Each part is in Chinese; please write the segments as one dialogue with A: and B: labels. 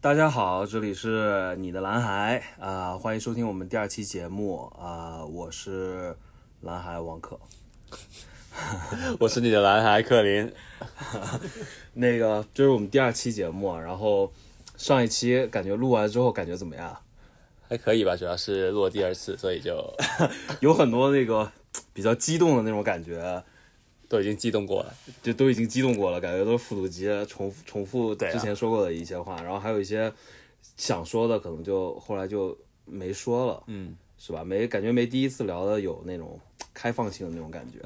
A: 大家好，这里是你的蓝海啊、欢迎收听我们第二期节目啊、我是蓝海王可。
B: 我是你的蓝海克林，
A: 那个这是我们第二期节目啊，然后上一期感觉录完之后感觉怎么样？
B: 还可以吧，主要是录了第二次，所 以就
A: 有很多那个比较激动的那种感觉，
B: 都已经激动过了。
A: 就都已经激动过了，感觉都是复读机重复重复
B: 对啊
A: 之前说过的一些话，然后还有一些想说的，可能就后来就没说了，嗯，是吧？没感觉没第一次聊的有那种开放性的那种感觉，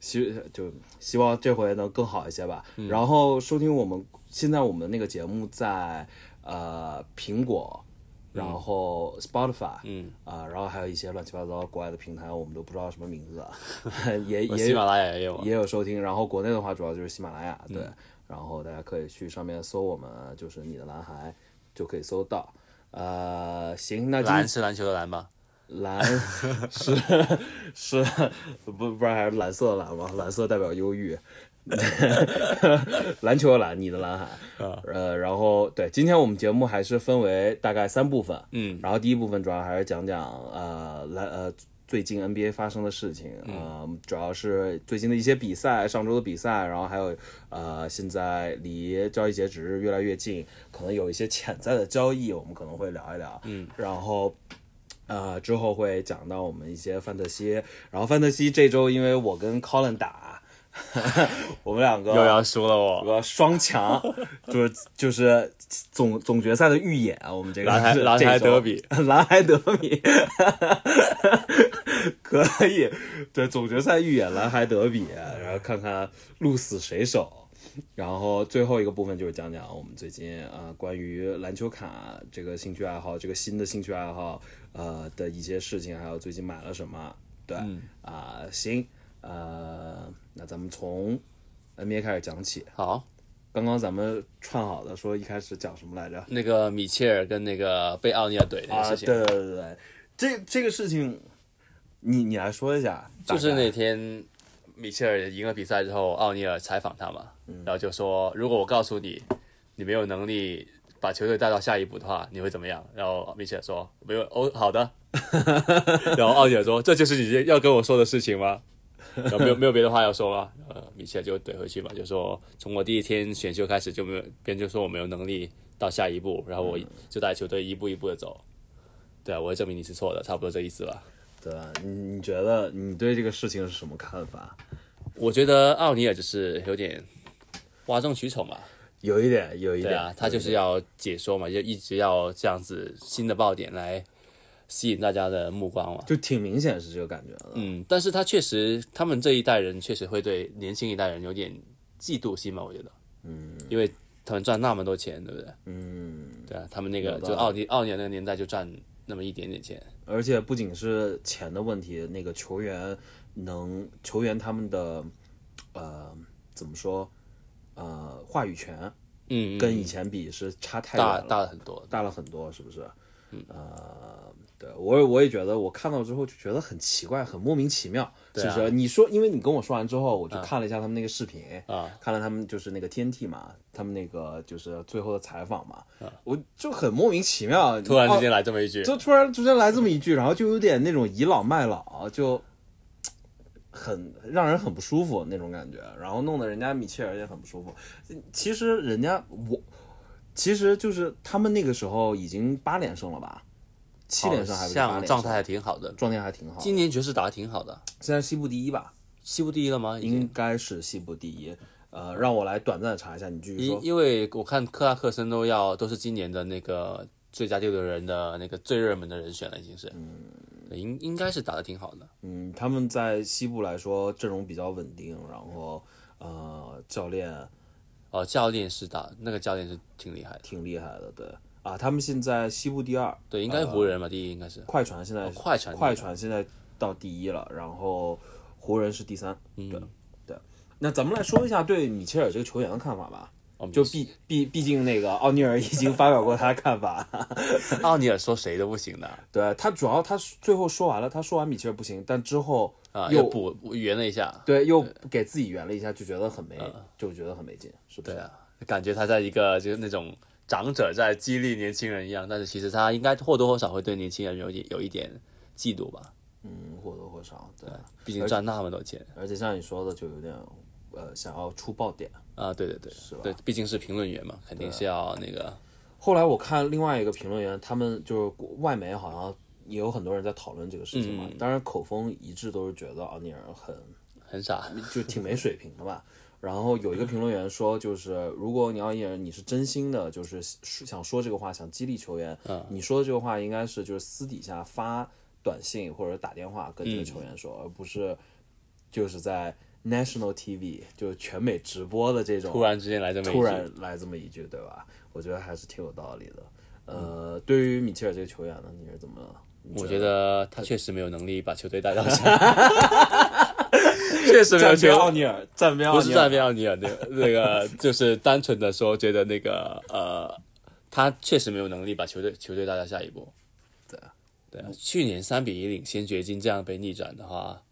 A: 希就希望这回能更好一些吧。然后收听我们现在我们那个节目在呃苹果。然后 Spotify，嗯啊、然后还有一些乱七八糟国外的平台，我们都不知道什么名字啊，也
B: 我
A: 也
B: 喜马拉雅也有啊，
A: 也有收听。然后国内的话，主要就是喜马拉雅，对。然后大家可以去上面搜我们，就是你的蓝海，就可以搜到。呃，行，那今
B: 蓝是篮球的蓝吧？
A: 蓝 是是不不然还是蓝色的蓝吗？蓝色代表忧郁， 篮球的蓝，你的蓝海。呃，然后对，今天我们节目还是分为大概三部分，嗯，然后第一部分主要还是讲讲呃篮呃最近 NBA 发生的事情，呃，主要是最近的一些比赛，上周的比赛，然后还有呃现在离交易截止日越来越近，可能有一些潜在的交易，我们可能会聊一聊，嗯，然后。呃，之后会讲到我们一些范特西，然后范特西这周因为我跟 Colin 打， 我们两个
B: 又要输了我，
A: 个双强， 就是就是总总决赛的预演，啊我们这个
B: 蓝海
A: 是
B: 蓝海
A: 这周
B: 德比
A: 蓝海德比， 可以，对总决赛预演蓝海德比，然后看看鹿死谁手。然后最后一个部分就是讲讲我们最近啊、呃关于篮球卡这个兴趣爱好，这个新的兴趣爱好呃的一些事情，还有最近买了什么。对啊、
B: 嗯
A: 行，呃，那咱们从 NBA 开始讲起。
B: 好，
A: 刚刚咱们串好的说一开始讲什么来着？
B: 那个米切尔跟那个被奥尼尔怼那个
A: 啊，
B: 事
A: 对
B: 情，
A: 对对对，这这个事情，你你来说一下，
B: 就是
A: 大概
B: 那天米切尔赢了比赛之后，奥尼尔采访他嘛，
A: 嗯
B: 然后就说如果我告诉你你没有能力把球队带到下一步的话，你会怎么样？然后米切尔说没有哦，好的。 然后奥尼尔说这就是你要跟我说的事情吗？然后没有没有别的话要说吗？呃，米切尔就怼回去嘛，就说从我第一天选秀开始就没有，别人就说我没有能力到下一步，然后
A: 嗯
B: 我就带球队一步一步的走。对啊，我会证明你是错的，差不多这意思吧。
A: 对吧？你你觉得你对这个事情是什么看法？
B: 我觉得奥尼尔就是有点哗众取宠吧，
A: 有一点，有一
B: 对
A: 点，
B: 啊，他就是要解说嘛，就一直要这样子新的爆点来吸引大家的目光嘛。
A: 就挺明显是这个感觉的。
B: 嗯，但是他确实，他们这一代人确实会对年轻一代人有点嫉妒心嘛，我觉得，嗯，因为他们赚那么多钱，对不对？
A: 嗯，
B: 对啊，他们那个
A: 有道
B: 就奥尼奥尼尔那个年代就赚那么一点点钱，
A: 而且不仅是钱的问题，那个球员能球员他们的呃怎么说呃话语权
B: 嗯，嗯
A: 跟以前比是差太远
B: 大
A: 了，
B: 大很多，
A: 大了很多，是不是？呃，对我也我也觉得，我看到之后就觉得很奇怪，很莫名其妙，
B: 啊
A: 是不是？你说，因为你跟我说完之后，我就看了一下他们那个视频，
B: 啊
A: 看了他们就是那个 TNT 嘛，他们那个就是最后的采访嘛，我就很莫名其妙，
B: 啊突然之
A: 哦
B: 间来这么一句，
A: 就突然之间来这么一句，然后就有点那种倚老卖老，就很让人很不舒服那种感觉，然后弄得人家米切尔也很不舒服。其实人家我，其实就是他们那个时候已经八连胜了吧，七连胜还
B: 好
A: 是八连
B: 哦像
A: 胜？
B: 状态还挺好的，
A: 状态还挺好，
B: 今年爵士打得挺好的，
A: 现在西部第一吧，
B: 西部第一了吗？已经。
A: 应该是西部第一。呃，让我来短暂地查一下，你继续
B: 因
A: 说。
B: 因为我看克拉克森都要都是今年的那个最佳第六人的那个最热门的人选了，已经是，对应应该是打得挺好的，
A: 嗯，他们在西部来说阵容比较稳定，然后呃，教练。
B: 哦，教练是打那个教练是挺厉害的，
A: 挺厉害的，对啊，他们现在西部第二，
B: 对，应该是湖人吧，第一应该是，
A: 快船现在、
B: 哦快船
A: 快船现在到第一了，然后湖人是第三，
B: 嗯
A: 对对。那咱们来说一下对米切尔这个球员的看法吧，
B: 哦
A: 就毕毕毕竟那个奥尼尔已经发表过他的看法，
B: 奥尼尔说谁都不行的
A: 对他主要他最后说完了，他说完米切尔不行，但之后
B: 啊，
A: 又
B: 又补补圆了一下，
A: 对又给自己圆了一下，就觉得很没，就觉得很没劲，是不
B: 嗯对
A: 是？
B: 啊，感觉他在一个就是那种长者在激励年轻人一样，但是其实他应该或多或少会对年轻人有一有一点嫉妒吧，
A: 嗯，或多或少，对，啊
B: 毕竟赚那么多钱
A: 而且像你说的，就有点呃想要出爆点。
B: 啊，对对对，对，毕竟是评论员嘛，肯定是要那个，
A: 后来我看另外一个评论员，他们就是国外媒好像也有很多人在讨论这个事情嘛，当然口风一致都是觉得奥尼尔很
B: 很傻，
A: 就挺没水平的吧。然后有一个评论员说，就是如果你要演员，你是真心的，就是想说这个话，想激励球员，你说的这个话应该是就是私底下发短信或者打电话跟这个球员说，而不是就是在 national TV 就是全美直播的这种
B: 突然之间来这么一句
A: 突然来这么一句，对吧？我觉得还是挺有道理的。呃，对于米切尔这个球员呢，你是怎么？
B: 我觉得他确实没有能力把球队带到 下，确实没有
A: 站边
B: 球
A: 奥尼尔，站边奥
B: 不
A: 尼
B: 是
A: 尔
B: 站，边奥尼尔，那个 那个就是单纯的说，觉得那个呃，他确实没有能力把球队球队带到下一步。
A: 对啊
B: 对啊，去年三比一领先掘金这样被逆转的话，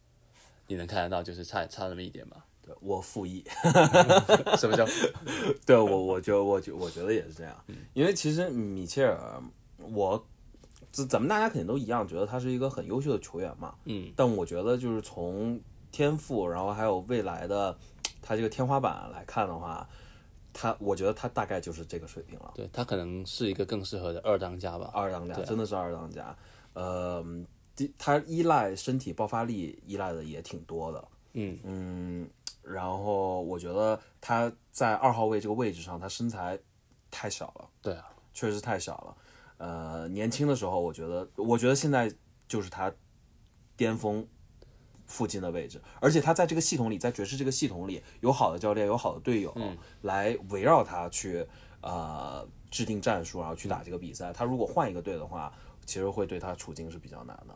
B: 你能看得到就是差差那么一点 吧？
A: 对我复 议。
B: 什么叫
A: 对我，我觉得，我觉我觉得也是这样，
B: 嗯
A: 因为其实米切尔，我这咱们大家肯定都一样，觉得他是一个很优秀的球员嘛。
B: 嗯，
A: 但我觉得就是从天赋，然后还有未来的他这个天花板来看的话，他我觉得他大概就是这个水平了。
B: 对他可能是一个更适合的二当家吧？
A: 二当家真的是二当家，呃，第他依赖身体爆发力依赖的也挺多的，
B: 嗯
A: 嗯，然后我觉得他在二号位这个位置上，他身材太小了。
B: 对啊，
A: 确实太小了。呃，年轻的时候，我觉得，我觉得现在就是他巅峰附近的位置，而且他在这个系统里，在爵士这个系统里，有好的教练，有好的队友、
B: 嗯
A: 来围绕他去呃制定战术，然后去打这个比赛。他如果换一个队的话，其实会对他处境是比较难的。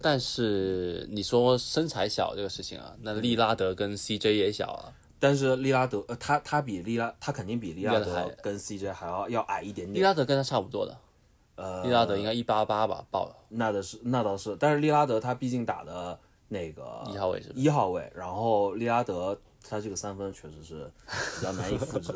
B: 但是你说身材小这个事情啊，那利拉德跟 CJ 也小啊，
A: 但是利拉德，呃，他他比利拉，他肯定比利拉
B: 利拉
A: 德
B: 德
A: 跟 CJ 还要要矮一点
B: 利
A: 点。
B: 拉德跟他差不多的，
A: 呃，
B: 利拉德应该一八八吧，爆了
A: 那的是那倒是，但是利拉德他毕竟打的那个
B: 一号位是吧？
A: 一号位，然后利拉德他这个三分确实是比较难以复 制，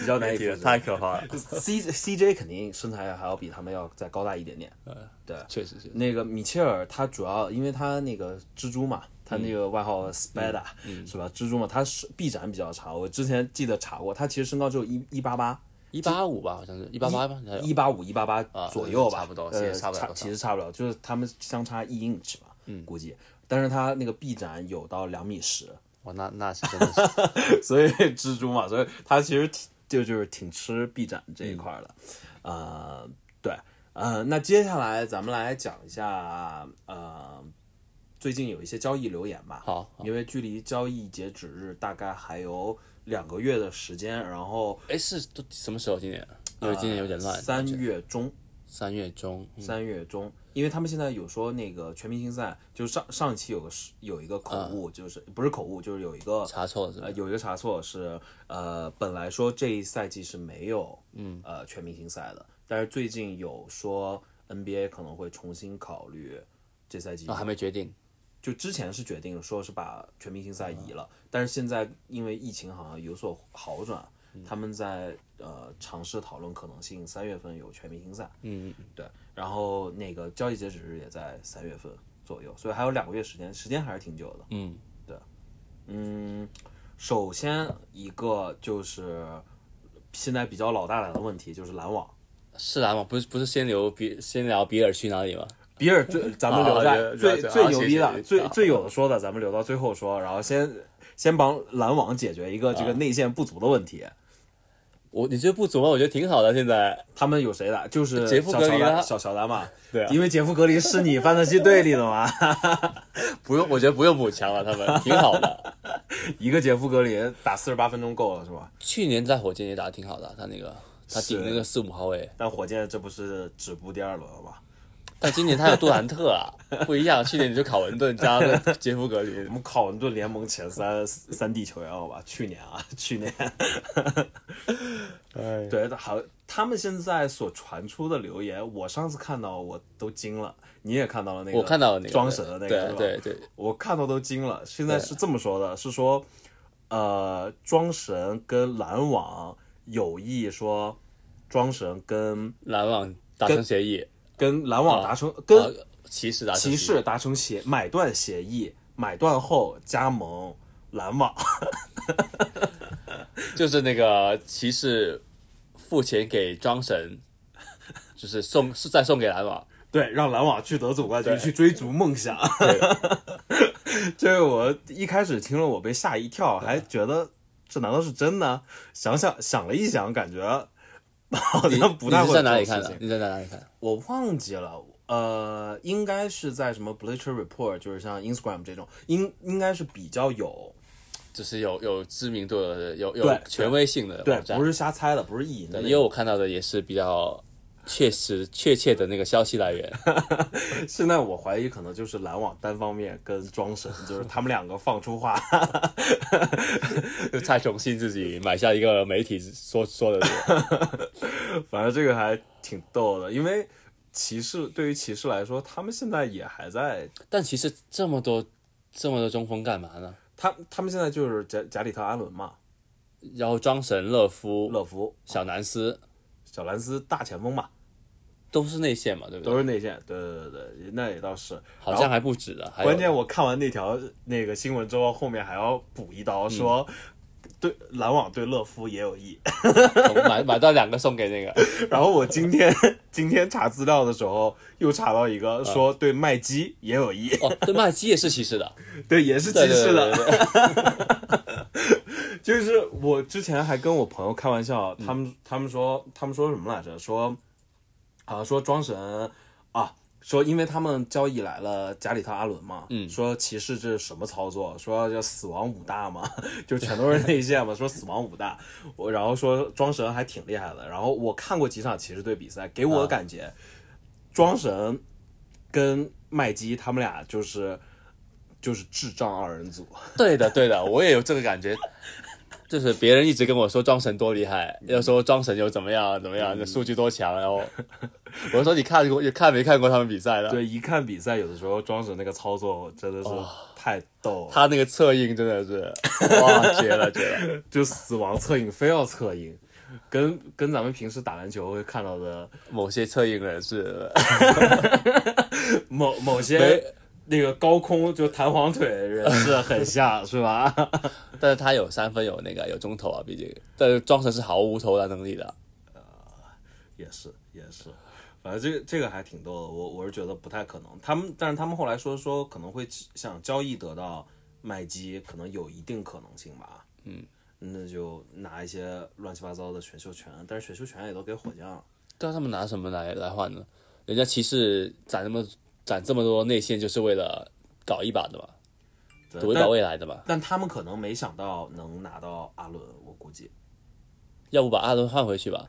A: 比较难以复制。
B: 可怕了，
A: C C J 肯定身材还要比他们要再高大一点点。
B: 确实是。
A: 那个米切尔他主要因为他那个蜘蛛嘛，他
B: 嗯
A: 那个外号 Spada、是吧？蜘蛛嘛，他是臂展比较长，我之前记得查过，他其实身高只有一一八八。
B: 一八五吧，好像是一八八吧，还有
A: 一八五、一八八左右吧，
B: 啊差不多
A: 呃
B: 其实差不了多少
A: 其实差不了，就是他们相差一英尺吧，嗯，估计。但是他那个臂展有到两米十，
B: 哇，那那是真的 是
A: 所以蜘蛛嘛，所以它其实挺就就是挺吃臂展这
B: 嗯
A: 一块儿的，呃，对，呃，那接下来咱们来讲一下，呃，最近有一些交易留言吧，
B: 好。
A: 因为距离交易截止日大概还有两个月的时间，然后呃
B: 哎，是都什么时候？今年？因为呃今年有点乱。
A: 三月中，
B: 三月中，嗯
A: 三月中，因为他们现在有说那个全明星赛，就是上上一期有个是有一个口
B: 嗯
A: 误，就是不是口误，就是有一个
B: 查错了是吧
A: 呃，？有一个查错是，呃，本来说这一赛季是没有，嗯，呃，全明星赛的，但是最近有说 NBA 可能会重新考虑这赛季
B: 啊，还没决定。
A: 就之前是决定说是把全明星赛移了，但是现在因为疫情好像有所好转，他们在呃尝试讨论可能性，三月份有全明星赛。嗯，对。然后那个交易截止日也在三月份左右，所以还有两个月时间，时间还是挺久的。
B: 嗯，
A: 对。嗯，首先一个就是现在比较老大难的问题就是篮网。
B: 是篮网，不是不是先留比先聊比尔去哪里吗？
A: 比尔最，咱们
B: 啊
A: 留在
B: 了解
A: 最
B: 了解
A: 最
B: 啊
A: 牛
B: 谢
A: 逼
B: 谢
A: 的、
B: 谢
A: 最
B: 啊
A: 最有的说的，咱们留到最后说，然后先先帮篮网解决一个
B: 啊
A: 这个内线不足的问题。
B: 我你觉得不足吗？我觉得挺好的，现在
A: 他们有谁打？就是
B: 杰夫
A: 小
B: 格
A: 乔
B: 林
A: 丹
B: 啊
A: 小乔丹嘛。
B: 对啊
A: 因为杰夫格林是你范特西队里的嘛，
B: 不用，我觉得不用补强了，他们挺好的。
A: 一个杰夫格林打四十八分钟够了是吧？
B: 去年在火箭也打得挺好的，他那个他顶那个四五号位，
A: 但火箭这不是止步第二轮了吗？
B: 但今年他有杜兰 特啊，不一样。去年你就考文顿加那个杰夫格林
A: 我，们考文顿联盟前三三 D 球员好吧？去年啊，去年，对，好，他们现在所传出的留言，我上次看到我都惊了，你也看到了那个，
B: 我看到了那个
A: 装神的那个，是吧
B: 对对对，
A: 我看到都惊了。现在是这么说的，是说，呃，庄神跟篮网有意说庄神跟
B: 篮网达成协议，
A: 跟篮网达成、
B: 啊
A: 跟
B: 啊骑士达成
A: 骑士达成协买断协议，买断后加盟篮网。
B: 就是那个骑士付钱给 庄神，就是送是再送给篮网，
A: 对，让篮网去得总冠军，
B: 对
A: 去追逐梦想。 这个我一开始听了，我被吓一跳，还觉得这难道是真的？想想想了一想，感觉好
B: 你
A: 像不太会
B: 你是在哪里看
A: 这种
B: 的
A: 事？情
B: 你在哪里看？
A: 我忘记了，呃，应该是在什么 Bleacher Report，就是像 Instagram 这种，应应该是比较有，
B: 就是有有知名度的，有有
A: 对
B: 权威性的
A: 对
B: 网，站
A: 不。是瞎猜的，不是意淫的
B: 对
A: 那
B: 因
A: 种。
B: 为我看到的也是比较确实确切的那个消息来 源。
A: 现在我怀疑可能就是篮网单方面跟庄神，就是他们两个放出话，
B: 就蔡崇信自己买下一个媒体说说的这个，
A: 反正这个还挺逗的，因为骑士对于骑士来说，他们现在也还在，
B: 但其实这么多这么多中锋干嘛呢？
A: 他他们现在就是贾贾里特·阿伦嘛，
B: 然后庄神、乐福、
A: 乐福、
B: 小南斯
A: 小兰斯大前锋嘛，
B: 都是内线嘛，对不对？
A: 都是内线，对对对对，那也倒是。
B: 好像还不止的，还有
A: 关键我看完那条那个新闻之后，后面还要补一刀说。对篮网对乐夫也有益，
B: 买买到两个送给那 个，
A: 然后我今天今天查资料的时候又查到一个说对麦基也有益，
B: 哦，对，麦基也是骑士 的，
A: 对，也是骑
B: 对对
A: 士
B: 对
A: 的
B: 对，对对
A: 就是我之前还跟我朋友开玩笑，他们他们说他们说什么来着？说啊，说庄神啊，说因为他们交易来了加里特阿伦嘛，嗯，说骑士这是什么操作？说叫死亡五大嘛， 就全都是内线嘛，说死亡五大。我然后说庄神还挺厉害的，然后我看过几场骑士队比赛，给我的感觉，庄神跟麦基他们俩就是就是智障二人组。
B: 对的，对的，我也有这个感觉。就是别人一直跟我说庄神多厉害，又说庄神又怎么样怎么样，数据多强，然后我说你看过看没看过他们比赛
A: 嗯
B: 的？
A: 对，一看比赛，有的时候庄神那个操作真的是太逗了，
B: 他那个侧应真的是，哇，绝了绝 了！
A: 就死亡侧影非要侧影，跟跟咱们平时打篮球会看到的
B: 某些侧应人是
A: 某某
B: 没
A: 些那个高空就弹簧腿人士很像，是吧？
B: 但是他有三分，有那个有中投啊，毕竟，但是庄神是毫无投篮能力的。
A: 也是也是，反正这个这个还挺逗的，我我是觉得不太可能。他们但是他们后来说说可能会想交易得到麦基，可能有一定可能性吧。嗯，那就拿一些乱七八糟的选秀权，但是选秀权也都给火箭了。
B: 对啊，他们拿什么来来换呢？人家骑士攒那么攒这么多内线，就是为了搞一把的嘛，
A: 对
B: 赌一
A: 但
B: 把未来的嘛。
A: 但他们可能没想到能拿到阿伦，我估计。
B: 要不把阿伦换回去吧，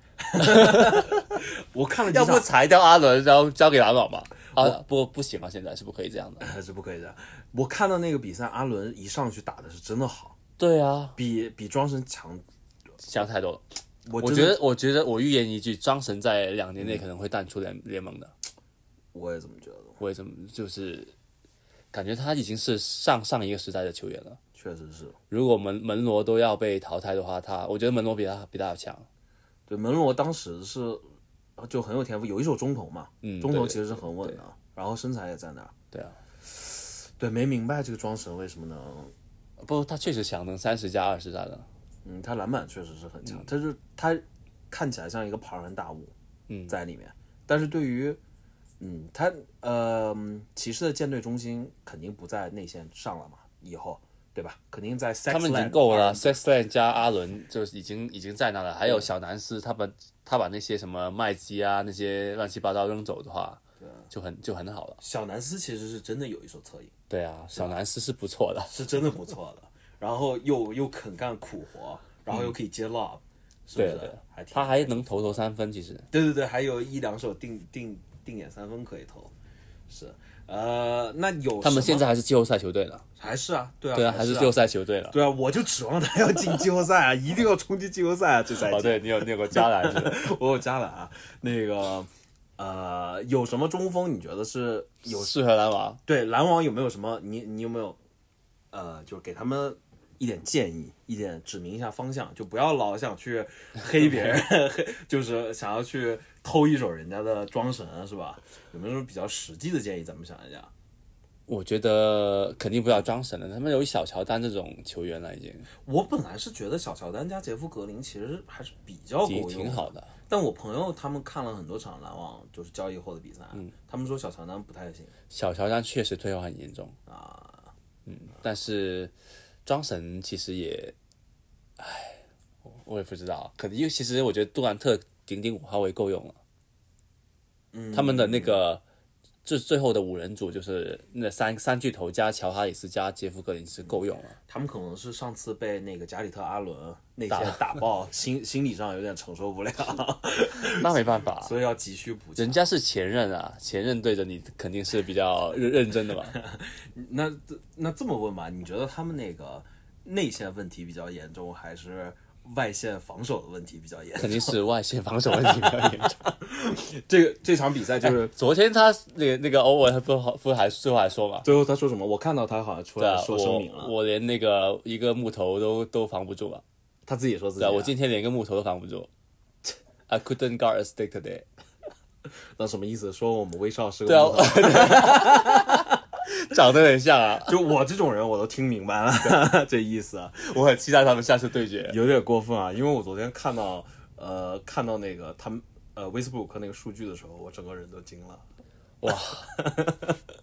A: 我看了几
B: 要不
A: 场，
B: 裁掉阿伦，然后交给篮网吧。啊，不不行啊，现在是不可以这样的。
A: 还 是不可以的。我看到那个比赛，阿伦一上去打的是真的好，
B: 对啊，
A: 比比庄神强。
B: 想太多了。
A: 我
B: 我
A: 真
B: 觉
A: 的
B: 得，嗯我觉得我预言一句，庄神在两年内可能会淡出联联盟的。
A: 我也这么觉得，
B: 我也这么就是感觉他已经是上上一个时代的球员了。
A: 确实是。
B: 如果门门罗都要被淘汰的话，他我觉得门罗比他比他要强。
A: 对门罗当时是就很有天赋，有一手中投嘛，
B: 嗯
A: 中投
B: 对
A: 其实是很稳的，然后身材也在那儿。
B: 对啊，
A: 对，没明白这个庄神为什么能，
B: 不过他确实强，能三十加二十加的。
A: 嗯，他篮板确实是很强，他就他看起来像一个庞然大物，
B: 嗯
A: 在里面。但是对于，嗯，他呃，骑士的舰队中心肯定不在内线上了嘛，以后对吧？肯定在 sex
B: 他们已
A: line
B: 经够了啊
A: 的
B: ，Sexland 加阿伦就是已经已经在那了，还有小南斯，他把他把那些什么麦基啊那些乱七八糟扔走的话，
A: 啊
B: 就很就很好了。
A: 小南斯其实是真的有一手侧影，
B: 对啊，小南斯是不错的，
A: 是真的不错的。 然后又又肯干苦活，然后又可以接 lob，、是不
B: 嗯对
A: 是？
B: 对
A: 还，挺
B: 他还能投投三分，其实
A: 对对对，还有一两手定定定点三分可以投，是呃，那有
B: 他们
A: 什么
B: 现在还是季后赛球队呢。
A: 还是啊，对啊，
B: 对啊，还
A: 还
B: 是季
A: 啊
B: 后赛球队了。
A: 对啊，我就指望他要进季后 赛啊，一定要冲击季后赛啊！这赛季、
B: 哦，对你有你有个加篮是吧？
A: 我有加篮啊，那个呃，有什么中锋你觉得是 有
B: 适合篮网，
A: 对篮网有没有什么？你你有没有呃，就是给他们一点建议，一点指明一下方向，就不要老想去黑别人， 黑就是想要去偷一手人家的装神，啊是吧？有没有什么比较实际的建议？咱们想一下。
B: 我觉得肯定不要张神了，他们有小乔丹这种球员了已经，
A: 我本来是觉得小乔丹加杰夫格林其实还是比较够
B: 挺
A: 用
B: 挺好的。
A: 但我朋友他们看了很多场篮网，就是交易后的比赛，他们说小乔丹不太行
B: 小乔丹确实退化很严重，
A: 啊。
B: 但是张神其实也，唉，我我也不知道，可能因为其实我觉得杜兰特顶顶五号位够用了，
A: 嗯，
B: 他们的那个最最后的五人组就是那三三巨头加乔哈里斯加杰夫格林是够用了，
A: 他们可能是上次被那个加里特·阿伦那些打爆，心心理上有点承受不了，
B: 那没办法。
A: 所以要急需补强
B: 人。家是前任啊，前任对着你肯定是比较认认真的 嘛。
A: 那这那这么问吧，你觉得他们那个内线问题比较严重，还是外线防守的问题比较严
B: 肯
A: 重？
B: 定是外线防守问题比较严重。
A: 这个这场比赛 就是
B: 昨天他那个那个欧文不好不还最后还说嘛，
A: 最后他说什么？我看到他好像出
B: 对
A: 来
B: 啊，
A: 说声明
B: 我
A: 了，
B: 我连那个一个木头都都防不住啊，
A: 他自己说自己
B: 对
A: 啊、
B: 啊，我今天连个木头都防不住。I couldn't guard a stick today。
A: 那什么意思？说我们威少是个
B: 对啊
A: 木头，
B: 长得很像啊，
A: 就我这种人我都听明白了 这意思， 啊
B: 我很期待他们下次对决。
A: 有点过分啊！因为我昨天看到呃看到那个他们呃威斯布鲁克那个数据的时候，我整个人都惊了。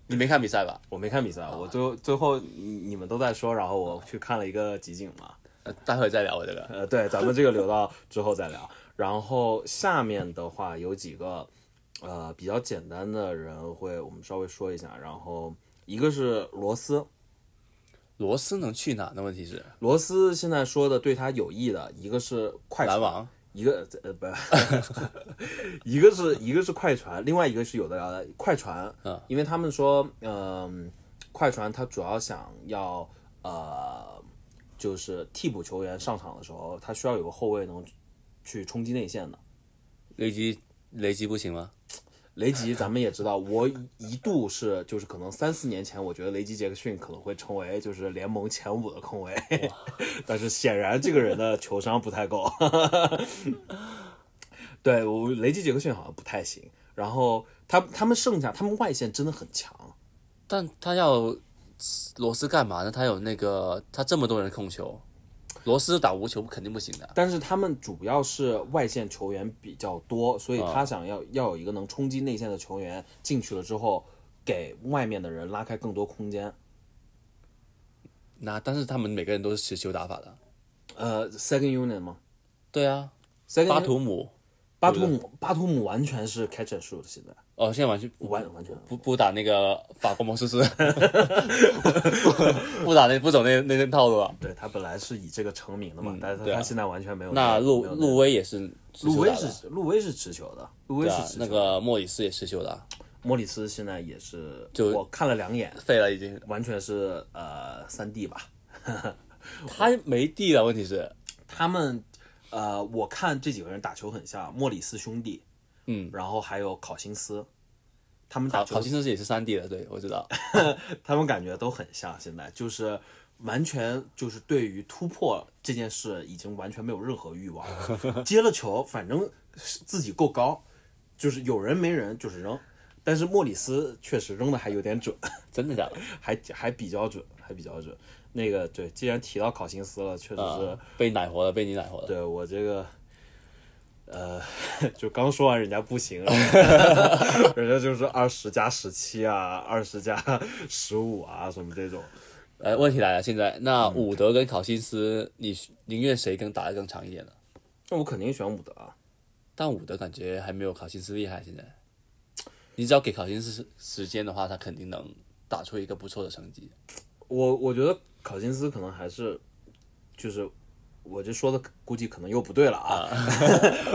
B: 你没看比赛吧？
A: 我没看比赛，我最后最后你你们都在说，然后我去看了一个集锦嘛。
B: 呃待会儿再聊我这个。
A: 呃，对，咱们这个留到之后再聊。然后下面的话有几个呃比较简单的人会我们稍微说一下，然后一个是罗斯，
B: 罗斯能去哪？那问题是
A: 罗斯现在说的对他有益的，一个是快
B: 篮
A: 船，
B: 网
A: 一个呃不，一个是一个是快船，另外一个是有的聊的快船，
B: 嗯，
A: 因为他们说，嗯、快船他主要想要呃，就是替补球员上场的时候，他需要有个后卫能去冲击内线的。
B: 雷吉雷吉不行吗？
A: 雷吉，咱们也知道，我一度是就是可能三四年前，我觉得雷吉杰克逊可能会成为就是联盟前五的控卫， 但是显然这个人的球商不太够。 对我雷吉杰克逊好像不太行，然后他他们剩下他们外线真的很强，
B: 但他要罗斯干嘛呢？他有那个他这么多人控球，罗斯打无球肯定不行的。
A: 但是他们主要是外线球员比较多，所以他想要要有一个能冲击内线的球员进去了之后，给外面的人拉开更多空间。
B: 那但是他们每个人都是持球打法的。
A: 呃，second unit 吗
B: 对啊，
A: ？second
B: 巴
A: unit-
B: 图姆
A: 巴图姆巴图姆完全是 catch and shoot，现在
B: 哦，现在完全不
A: 完完全
B: 不不打那个法国魔 术师，不不打那不走那那那套路了。啊
A: 对他本来是以这个成名的嘛，但是他,、
B: 对啊
A: 他现在完全没有
B: 那路
A: 没有
B: 路威也是持
A: 路
B: 球
A: 威
B: 打的
A: 是路威是持球的，路威
B: 对
A: 是
B: 啊
A: 持球的、
B: 那个莫里斯也持球的啊，
A: 莫里斯现在也是，
B: 就
A: 我看了两眼，
B: 废了已经。
A: 完全是呃三 D 吧。
B: 他没地了，问题是
A: 他们呃，我看这几个人打球很像莫里斯兄弟，
B: 嗯，
A: 然后还有考辛斯，他们打
B: 考
A: 球
B: 考辛斯也是三 D 的，对我知 道。
A: 他们感觉都很像，现在就是完全就是对于突破这件事已经完全没有任何欲望了，接了球反正是自己够高，就是有人没人就是扔，但是莫里斯确实扔的还有点准，
B: 真的假的？
A: 还还比较准，还比较准。那个对，既然提到考辛斯了，确实是、
B: 啊，被奶活了，被你奶活了。
A: 对我这个。呃， 就刚说完人家不行， 人家就是二十加十七啊，二十加十五啊，什么这种。
B: 呃，问题来了，现在
A: 嗯
B: 那伍德跟考辛斯，你宁愿谁更打得更长一点呢？
A: 那我肯定选伍德啊。
B: 但伍德感觉还没有考辛斯厉害。现在，你只要给考辛斯时时间的话，他肯定能打出一个不错的成绩。
A: 我我觉得考辛斯可能还是，就是我这说的估计可能又不对了啊。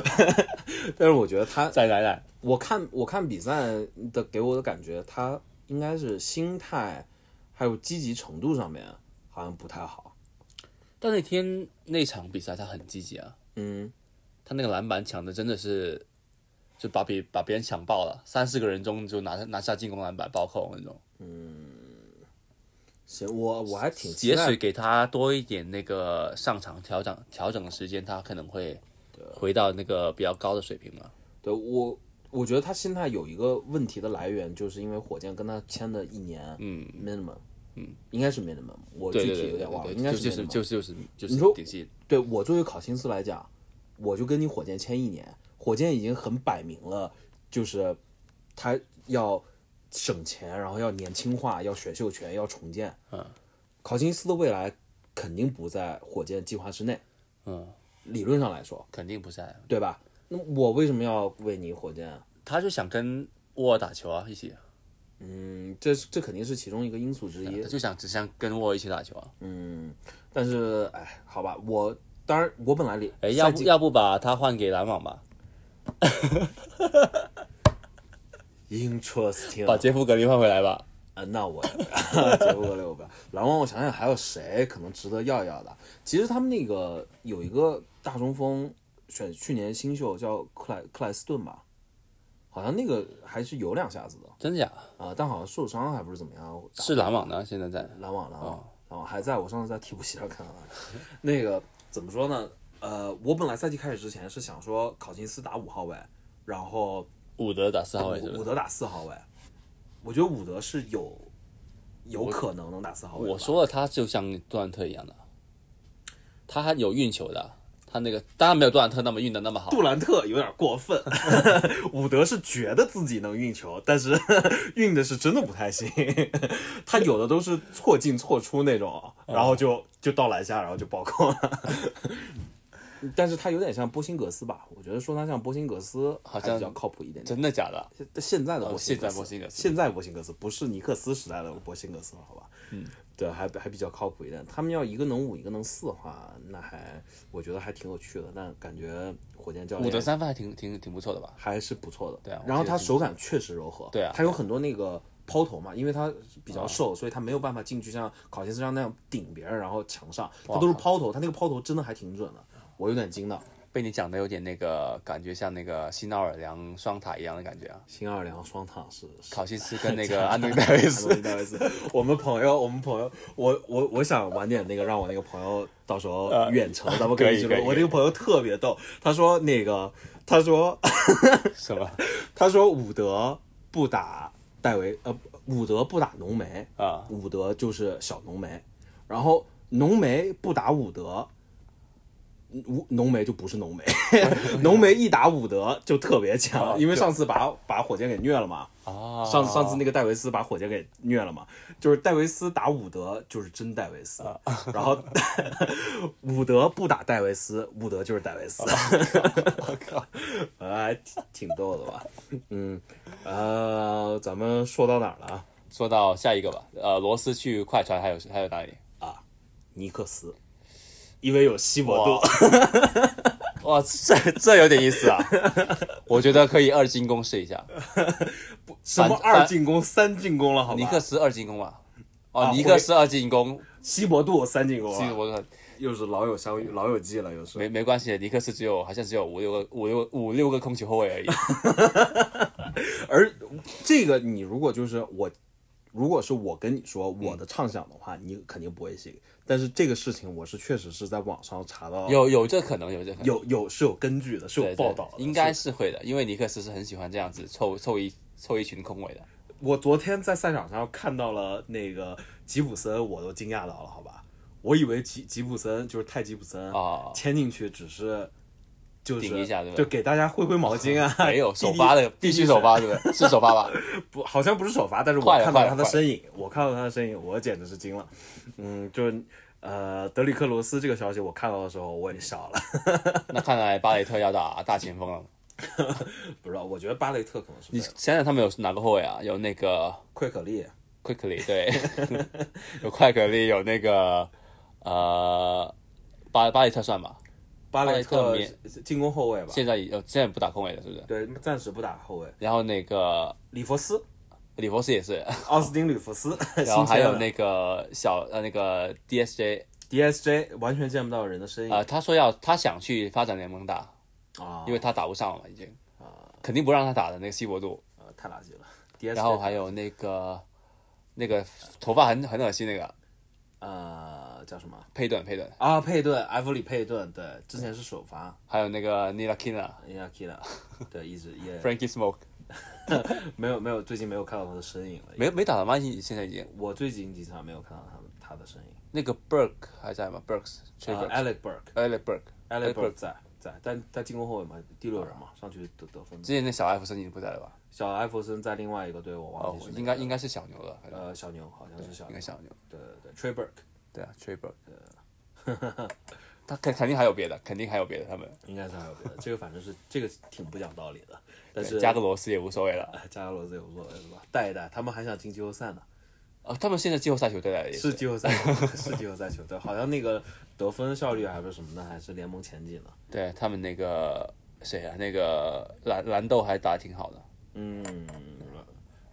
A: 但是我觉得他，
B: 再来来，
A: 我看我看比赛的给我的感觉，他应该是心态还有积极程度上面好像不太好。
B: 但那天那场比赛他很积极啊，
A: 嗯，
B: 他那个篮板抢的真的是，就把别把别人抢爆了，三四个人中就拿拿下进攻篮板暴扣那种。
A: 行，我我还挺期
B: 也
A: 待
B: 许给他多一点那个上场调整调整的时间，他可能会回到那个比较高的水平嘛。
A: 对我，我觉得他现在有一个问题的来源，就是因为火箭跟他签的一年，嗯，minimum，嗯，应该是 minimum，我
B: 对
A: 具
B: 对
A: 体
B: 对
A: 有
B: 对
A: 点忘了，
B: 对，
A: 应该
B: 就是是
A: minimum
B: 就是就是就是
A: 你说
B: 顶薪，
A: 对我作为考辛斯来讲，我就跟你火箭签一年，火箭已经很摆明了，就是他要省钱，然后要年轻化，要选秀权，要重建。嗯，考辛斯的未来肯定不在火箭计划之内。
B: 嗯，
A: 理论上来说，
B: 肯定不啊在。
A: 对吧？那我为什么要为你火箭啊？
B: 他就想跟沃尔打球啊，一起，
A: 嗯，这是这肯定是其中一个因素之一
B: 他。就想只想跟沃尔一起打球啊。
A: 嗯，但是哎，好吧，我当然我本来里
B: 哎，要
A: 赛
B: 不
A: 季
B: 要不把他换给篮网吧，
A: interesting，
B: 把杰夫格林换回来吧。
A: 啊，那我 也结果六吧。篮网，我想想还有谁可能值得要一要的？其实他们那个有一个大中锋选去年新秀叫克莱克莱斯顿吧，好像那个还是有两下子的
B: 真假？
A: 啊、但好像受伤还不是怎么样。
B: 是篮网的，现在在。
A: 篮网，篮网，篮网还在我上次在替补席上看到的。那个怎么说呢？呃，我本来赛季开始之前是想说考辛斯打五号位，然后
B: 伍德打四号位是
A: 伍伍
B: 吧？
A: 德打四号位。我觉得伍德是有有可能能打四号位的吧。
B: 我说了，他就像杜兰特一样的，他还有运球的，他那个当然没有杜兰特那么运的那么好。
A: 杜兰特有点过分， 伍德是觉得自己能运球，但是 运的是真的不太行。他有的都是错进错出那种，
B: 嗯
A: 然后就就到篮下，然后就暴扣 了。但是他有点像波辛格斯吧？我觉得说他像波辛格斯
B: 好
A: 还
B: 像
A: 比较靠谱一点点。
B: 真的假的？
A: 现现在的波辛格斯，
B: 哦现在波辛格斯
A: 现在波辛格斯不是尼克斯时代的波辛格斯了，好吧？嗯，对，还还比较靠谱一点。他们要一个能五，一个能四的话，那还我觉得还挺有趣的。但感觉火箭教
B: 伍德
A: 练
B: 三分还挺挺挺不错的吧？
A: 还是不错的，
B: 对啊我
A: 然后
B: 记得
A: 他
B: 挺
A: 手感确实柔和，
B: 对啊啊
A: 他有很多那个抛投嘛，因为他比较瘦，所以他没有办法进去像考辛斯这样那样顶别人然后强上，他都是抛投，他那个抛投真的还挺准的，我有点惊到。
B: 被你讲的有点那个感觉，像那个新奥尔良双塔一样的感觉啊。
A: 新奥尔良双塔是是
B: 考辛斯 跟那个安东尼戴维斯，
A: 不好意思，我们朋友，我们朋友，我我我想晚点那个让我那个朋友到时候远程，咱们
B: 呃可以
A: 以去
B: 可以
A: 录。我
B: 可以
A: 那个朋友特别逗，他说那个，他说
B: 什么
A: 他说伍德不打戴维，呃，伍德不打浓眉
B: 啊
A: 伍德就是小浓眉，然后浓眉不打伍德。吴浓眉就不是浓 眉，浓眉一打伍德就特别
B: 哦
A: 强，因为上次把把火箭给虐了嘛。
B: 啊？
A: 上上次那个戴维斯把火箭给虐了嘛，就是戴维斯打伍德就是真戴维斯，然后伍德不打戴维斯，伍德就是戴维 斯，呃
B: 我靠，
A: 还挺挺逗的吧？嗯，呃，咱们说到哪儿了啊？
B: 说到下一个吧。呃，罗斯去快船还有还有哪里？
A: 尼克斯，因为有西伯
B: 哇
A: 杜，
B: 哇，这这有点意思啊！ 我觉得可以二进攻试一下。
A: 什么
B: 反
A: 二进攻、三进攻了，好吧？
B: 尼克斯二进攻吧？哦，
A: 啊
B: 尼克斯二进攻，
A: 西伯杜三进攻啊
B: 其实
A: 了，
B: 我都很
A: 又是老友相遇、老友记了，又是。
B: 没没关系，尼克斯只有好像只有五六个五六五六个控球后卫而已。
A: 而这个你如果就是我，如果是我跟你说我
B: 嗯
A: 的畅想的话，你肯定不会信。但是这个事情我是确实是在网上查到
B: 有有这可能，有这可能。
A: 有有是有根据的，是有
B: 对对
A: 报道的。
B: 应该是会的，因为尼克斯是很喜欢这样子凑凑一凑一群空位的。
A: 我昨天在赛场上看到了那个吉普森，我都惊讶到了，好吧？我以为吉吉普森就是泰吉普森
B: 哦
A: 牵进去只是就是
B: 顶一下对吧
A: 就给大家挥挥毛 巾啊，
B: 没有
A: 递
B: 首
A: 递
B: 发的，必须首发，对不对？是首发吧？
A: 不，好像不是首发，但是我
B: 快了
A: 看到
B: 快了
A: 他的
B: 快了
A: 身影，我看到他的身影，我简直是惊了。嗯，就是呃，德里克罗斯这个消息我看到的时候我也笑了，
B: 那看来巴雷特要打大前锋了。
A: 不知道，我觉得巴雷特可能是
B: 你想想他们有哪个后卫啊？有那个
A: 奎可利，
B: Quickly 对， 有快可力，有那个呃巴巴雷特算吧？
A: 巴
B: 雷
A: 雷
B: 特
A: 特
B: 免
A: 进攻后卫吧？
B: 现在有现在不打空位了，是不是？
A: 对，暂时不打后卫。
B: 然后那个
A: 里弗斯，
B: 里弗斯也是，
A: 奥斯汀里弗 斯，
B: 然后还有
A: 新签的
B: 那个小呃那个 DSJ
A: DSJ，完全见不到人的身影
B: 呃，他说要他想去发展联盟打，
A: 啊
B: 因为他打不上了嘛，已经，肯定不让他打的那个西伯杜，
A: 啊，太垃圾了。
B: 然后
A: DSJ
B: 还有那个那个头发很很恶心那个
A: 呃叫什么
B: 佩顿佩顿，
A: 啊？佩顿，埃弗里佩顿，对，之前是首 发
B: 还有那个 Nila Kina、
A: i n a k i a 对，一直也
B: Frankie Smoke，
A: 没有没有，最近没有看到他的身影了。
B: 没没打了吗？已现在已经
A: 我最近几场没有看到他们他的身影。
B: 那个 Burke 还在吗？Burks，崔
A: 呃
B: Burke，
A: ，Alec Burke。
B: Alec Burke。
A: Alec
B: Burke 啊
A: Burke 在在，但他进攻后卫嘛，第六人嘛，上去得得分。
B: 之前那小艾弗森已经不在了吧？
A: 小艾弗森在另外一个队，我忘
B: 哦
A: 记是，哪
B: 应
A: 个
B: 该应该是小牛了，反正
A: 呃小牛，好像是小
B: 应
A: 牛
B: 该。小牛。
A: 对对对，Trey Burke
B: 对啊 t r i b e r
A: 呃
B: 他肯肯定还有别的，肯定还有别的，他们
A: 应该是还有别的，这个反正是这个挺不讲道理的，但是
B: 对加个罗斯也无所谓了。
A: 哎加个罗斯也无所谓是吧？带一带，他们还想进季后赛呢，
B: 啊，他们现在季后赛球队来了也
A: 是季后赛，是季后赛球队，好像那个得分效率还是什么的，还是联盟前几呢。
B: 对他们那个谁啊，那个蓝蓝豆还打得挺好的。
A: 嗯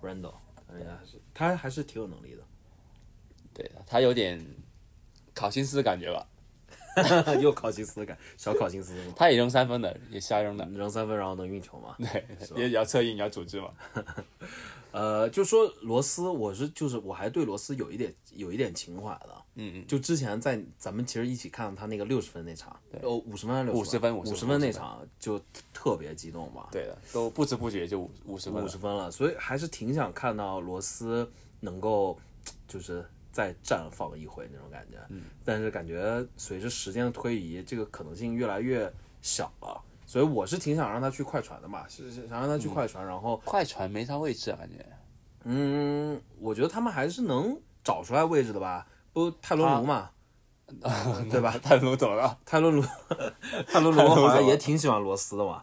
A: ，Randall，人家还是他还是挺有能力的。
B: 对他有点考辛斯的感觉吧，
A: 又考辛斯的感，小考辛斯嘛，
B: 他也扔三分的，也瞎扔的，
A: 扔三分然后能运球嘛？
B: 对， 也也要策应，也要组织嘛。
A: 嗯呃，就说罗斯，我是就是我还对罗斯有一点有一点情怀的，嗯嗯，就之前在咱们其实一起看他那个六十分那场，哦五十分还是六
B: 50分
A: 五
B: 50
A: 分
B: 分
A: 那场就特别激动嘛，
B: 对的，都不知不觉就五五十分
A: 五
B: 了
A: 十。分了，所以还是挺想看到罗斯能够就是再绽放一回那种感觉。但是感觉随着时间的推移，这个可能性越来越小了。所以我是挺想让他去快船的嘛，是是想让他去快船，然后
B: 快船没他位置啊，感觉
A: 嗯，我觉得他们还是能找出来位置的吧。不，泰伦卢嘛，对 吧？
B: 他都走了，
A: 泰 伦卢，泰伦卢好像也挺喜欢罗斯的嘛。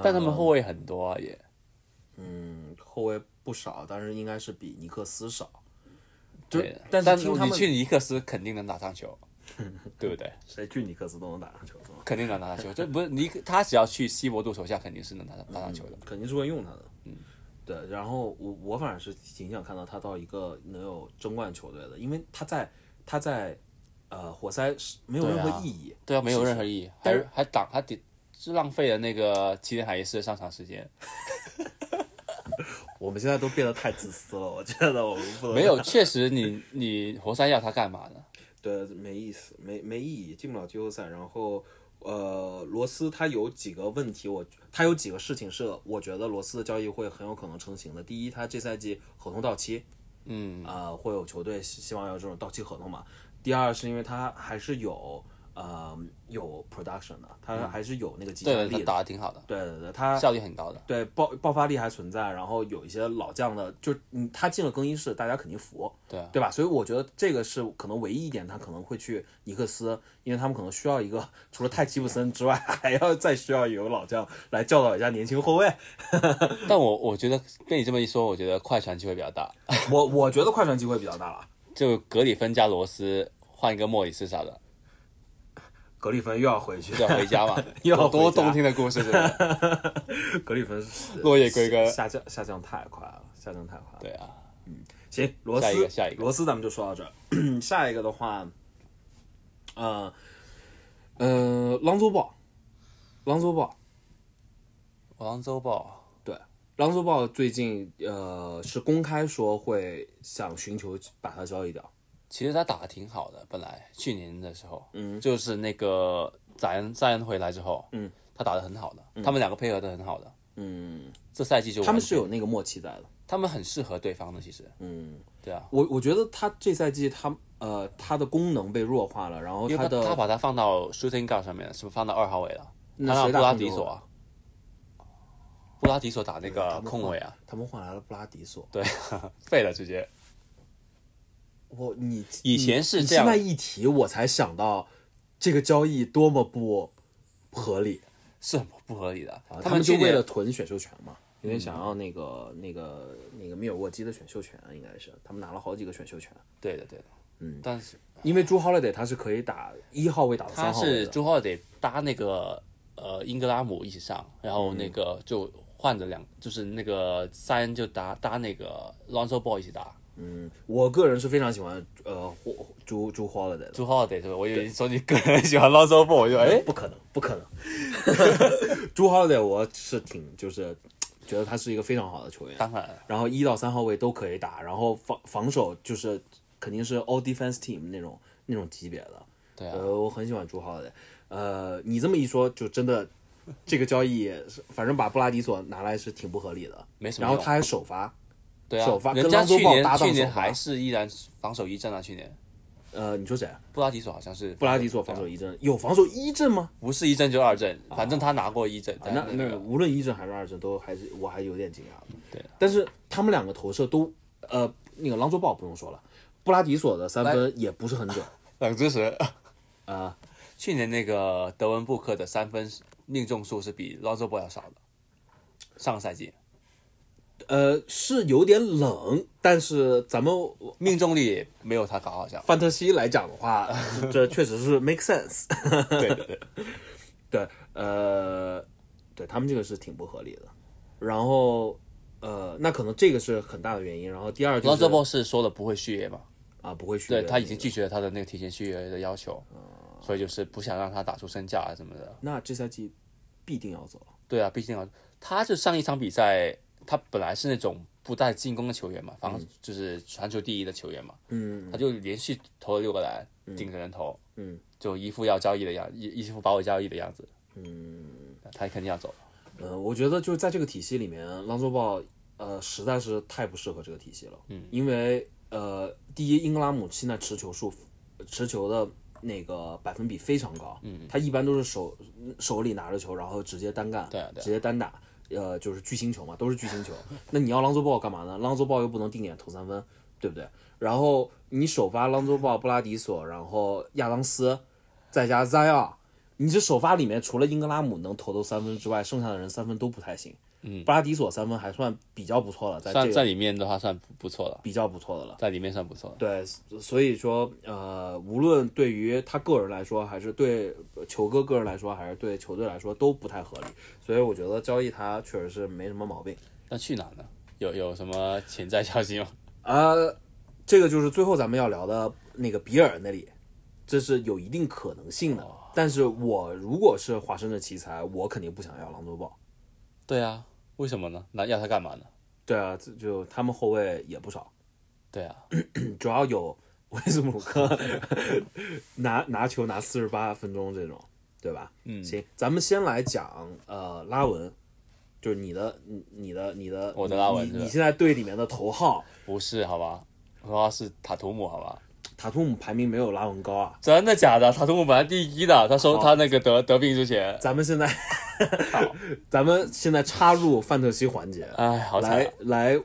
B: 但他们后卫很多啊，也
A: 嗯，后卫不少，但是应该是比尼克斯少。就
B: 对的。
A: 但
B: 但
A: 是听他
B: 你
A: 们
B: 去尼克斯肯定能打 上球，对不对？
A: 谁去尼克斯都能打上球，是吗？
B: 肯定能打上球，这不是尼克他只要去西伯杜手下，肯定是能打
A: 嗯
B: 打上球的。
A: 肯定是会用他的。嗯，对。然后我我反正是挺想看到他到一个能有争冠球队的，因为他在他在呃活塞是没有
B: 对
A: 任
B: 啊
A: 何意义。
B: 对啊，没有任何意义，
A: 但
B: 还
A: 是
B: 还挡还抵，是浪费了那个齐天海医师的上场时间。
A: 我们现在都变得太自私了，我觉得我们不能
B: 没有，确实你你活塞要他干嘛呢？
A: 对，没意思，没没意义，进不了季后赛。然后，呃，罗斯他有几个问题，我他有几个事情是我觉得罗斯的交易会很有可能成型的。第一，他这赛季合同到期，嗯，呃，会有球队希希望要这种到期合同嘛。第二，是因为他还是有呃有 production 的，他还是有那个集
B: 嗯对
A: 战
B: 他
A: 力的，
B: 打的挺好的，
A: 对对对，他
B: 效率很高的。
A: 对爆爆发力还存在，然后有一些老将的，就嗯，他进了更衣室，大家肯定服，
B: 对啊
A: 对吧？所以我觉得这个是可能唯一一点，他可能会去尼克斯，因为他们可能需要一个除了泰奇布森之外， 还要再需要有老将来教导一下年轻后卫。
B: 但我我觉得被你这么一说，我觉得快船机会比较大，
A: 我我觉得快船机会比较大了，
B: 就格里芬加罗斯换一个莫里斯啥的，
A: 格里芬又要回去。
B: 就，要回家嘛
A: 又要回
B: 多多
A: 家
B: 动听的故事，真 的。
A: 格里芬
B: 落叶归根
A: 下降下降太快了，下降太快了。
B: 对啊，
A: 行，罗斯，
B: 下一个下一个
A: 罗斯咱们就说到这儿。 下一个的话，呃，呃，朗佐鲍，朗佐鲍，
B: 王周报
A: 对，朗佐鲍最近呃是公开说会想寻求把他交易掉。
B: 其实他打的挺好的，本来去年的时候，嗯，就是那个宰恩宰恩回来之后，嗯，他打的很好的，他们两个配合的很好的，
A: 嗯，
B: 这赛季就
A: 他们
B: 完
A: 是
B: 全
A: 有那个默契在的。
B: 他们很适合对方的，其实，
A: 嗯，
B: 对啊，
A: 我我觉得他这赛季他呃他的功能被弱化了，然后
B: 因为他
A: 的
B: 他把他放到 shooting guard 上面，是不是放到二号位了？他
A: 那
B: 让
A: 谁
B: 布
A: 打
B: 拉
A: 控
B: 迪
A: 球
B: 索
A: 啊
B: 啊，布拉迪索打
A: 他
B: 那个
A: 们
B: 控
A: 换
B: 卫啊，
A: 他们换来了布拉迪索。
B: 对， 废了直接。
A: 我你
B: 以前是
A: 你
B: 这样
A: 现在一提，我才想到这个交易多么不合理。啊
B: 是很不合理的。
A: 他
B: 们
A: 就
B: 去
A: 为
B: 年嗯
A: 了囤选秀权嘛，因为想要那个、那个那个密尔沃基的选秀权，啊应该是他们拿了好几个选秀权。
B: 对的对的，嗯，但是
A: 因为朱 holiday 他是可以打一号位打到
B: 他
A: 三号位
B: 是
A: 的，
B: 朱浩得搭那个呃英格拉姆一起上，然后那个
A: 嗯
B: 就换着两，就是那个塞恩就搭搭那个 Lonzo Ball 一起打。
A: 嗯，我个人是非常喜欢呃霍朱朱 holiday 的，
B: 朱浩得是吧？我以为你说你个 人喜欢 Lonzo Ball，我就哎，
A: 不可能， 不可能，朱 holiday 我是挺就是觉得他是一个非常好的球员，
B: 当然
A: 然后一到三号位都可以打，然后防防守就是肯定是 All Defense Team 那种那种级别的。
B: 对啊，
A: 呃，我很喜欢朱浩的。呃，你这么一说，就真的这个交易也是，反正把布拉迪索拿来是挺不合理的。
B: 没什么
A: 然
B: 用。
A: 后他还首发，
B: 对啊
A: 首发，
B: 人
A: 跟
B: 家
A: 朗佐
B: 去
A: 鲍
B: 年
A: 搭档
B: 去年
A: 首发
B: 还是依然防守一阵啊，去年
A: 呃，你说谁啊？
B: 布拉迪索好像是
A: 布拉迪索防守一阵，有防守一阵吗？
B: 不是一阵就二阵，反正他拿过一阵。
A: 啊，
B: 但
A: 那
B: 是
A: 那
B: 个
A: 无论一阵还是二阵，都还是我还有点惊讶的。
B: 对，啊
A: 但是他们两个投射都，呃，那个朗佐鲍不用说了，布拉迪索的三分也不是很准。
B: 冷知 识，
A: 啊，
B: 去年那个德文布克的三分命中数是比 l o n z o b 要少的，上个赛季
A: 呃，是有点冷，但是咱们
B: 命中率没有他高，好像。
A: 范特西来讲的话， 这确实是 make sense。
B: 对 对对，
A: 对，呃，对他们这个是挺不合理的。然后，呃，那可能这个是很大的原因。然后第二
B: l o
A: 就
B: n z o
A: 是
B: b 是说了不会续约嘛？
A: 啊，不会续约
B: 对
A: 的
B: 他已
A: 那
B: 经
A: 个
B: 拒绝了他的那个提前续约的要求，所以就是不想让他打出身价啊什么的。
A: 那这赛季必定要走了。
B: 对啊，毕竟啊，他就上一场比赛，他本来是那种不带进攻的球员嘛，防就是传球第一的球员嘛，嗯，他就连续投了六个篮，顶着人头，
A: 嗯，
B: 就一副要交易的样，一一副把我交易的样子，嗯，他肯定要走，
A: 嗯，我觉得就是在这个体系里面，朗佐鲍呃实在是太不适合这个体系了。嗯，因为呃，第一，英格拉姆现在持球数呃持球的那个百分比非常高。嗯，他一般都是手手里拿着球，然后直接单干，
B: 对啊对啊
A: 直接单打。呃，就是巨星球嘛，都是巨 星球。那你要朗佐鲍干嘛呢？朗佐鲍又不能定点投三分，对不对？然后你首发朗佐鲍、布拉迪索，然后亚当斯，再加扎亚，你这首发里面除了英格拉姆能投投三分之外，剩下的人三分都不太行。嗯，布拉迪索三分还算比较不错了，在
B: 算
A: 这
B: 在
A: 个
B: 里面的话算不不错了，
A: 比较不错的了。
B: 在里面算不错了，
A: 对，所以说，呃，无论对于他个人来说，还是对球哥个人来说，还是对球队来说，都不太合理。所以我觉得交易他确实是没什么毛病。
B: 那去哪呢？有有什么潜在消息吗？
A: 呃，这个就是最后咱们要聊的那个比尔那里，这是有一定可能性的。但是我如果是华盛顿奇才，我肯定不想要朗佐鲍。
B: 对啊，为什么呢？那要他干嘛呢？
A: 对啊，这就他们后卫也不少，
B: 对啊，
A: 主要有 威斯布鲁克 拿拿球拿四十八分钟这种，对吧？嗯，行，咱们先来讲呃拉文，就是你的你你的你的
B: 我的拉文
A: 你
B: 是吧
A: 你现在队里面的头号
B: 不是好吧？我要是塔图姆好吧？
A: 塔图姆排名没有拉文高啊。
B: 真的假的？塔图姆本来第一的，他说他那个得得病之前，
A: 咱们现在， 咱们现在插入范特西环节，
B: 哎，好惨
A: 来
B: 啊！
A: 来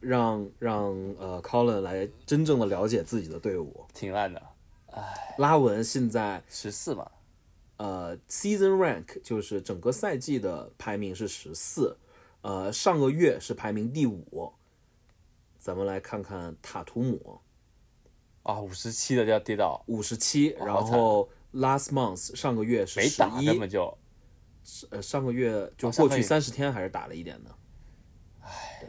A: 让让呃 Colin 来真正的了解自己的队伍。
B: 挺烂的，
A: 拉文现在
B: 十四嘛，
A: 呃 season rank 就是整个赛季的排名是十四，呃上个月是排名第五。咱们来看看塔图姆
B: 啊，五十七的就要跌倒，
A: 五十七，
B: 哇
A: 然
B: 好惨啊
A: 后 last month 上个月是
B: 没
A: 十
B: 打根
A: 一，
B: 本就
A: 呃上个月就
B: 哦上
A: 过
B: 个
A: 去
B: 月
A: 三十天还是打了一点的。对，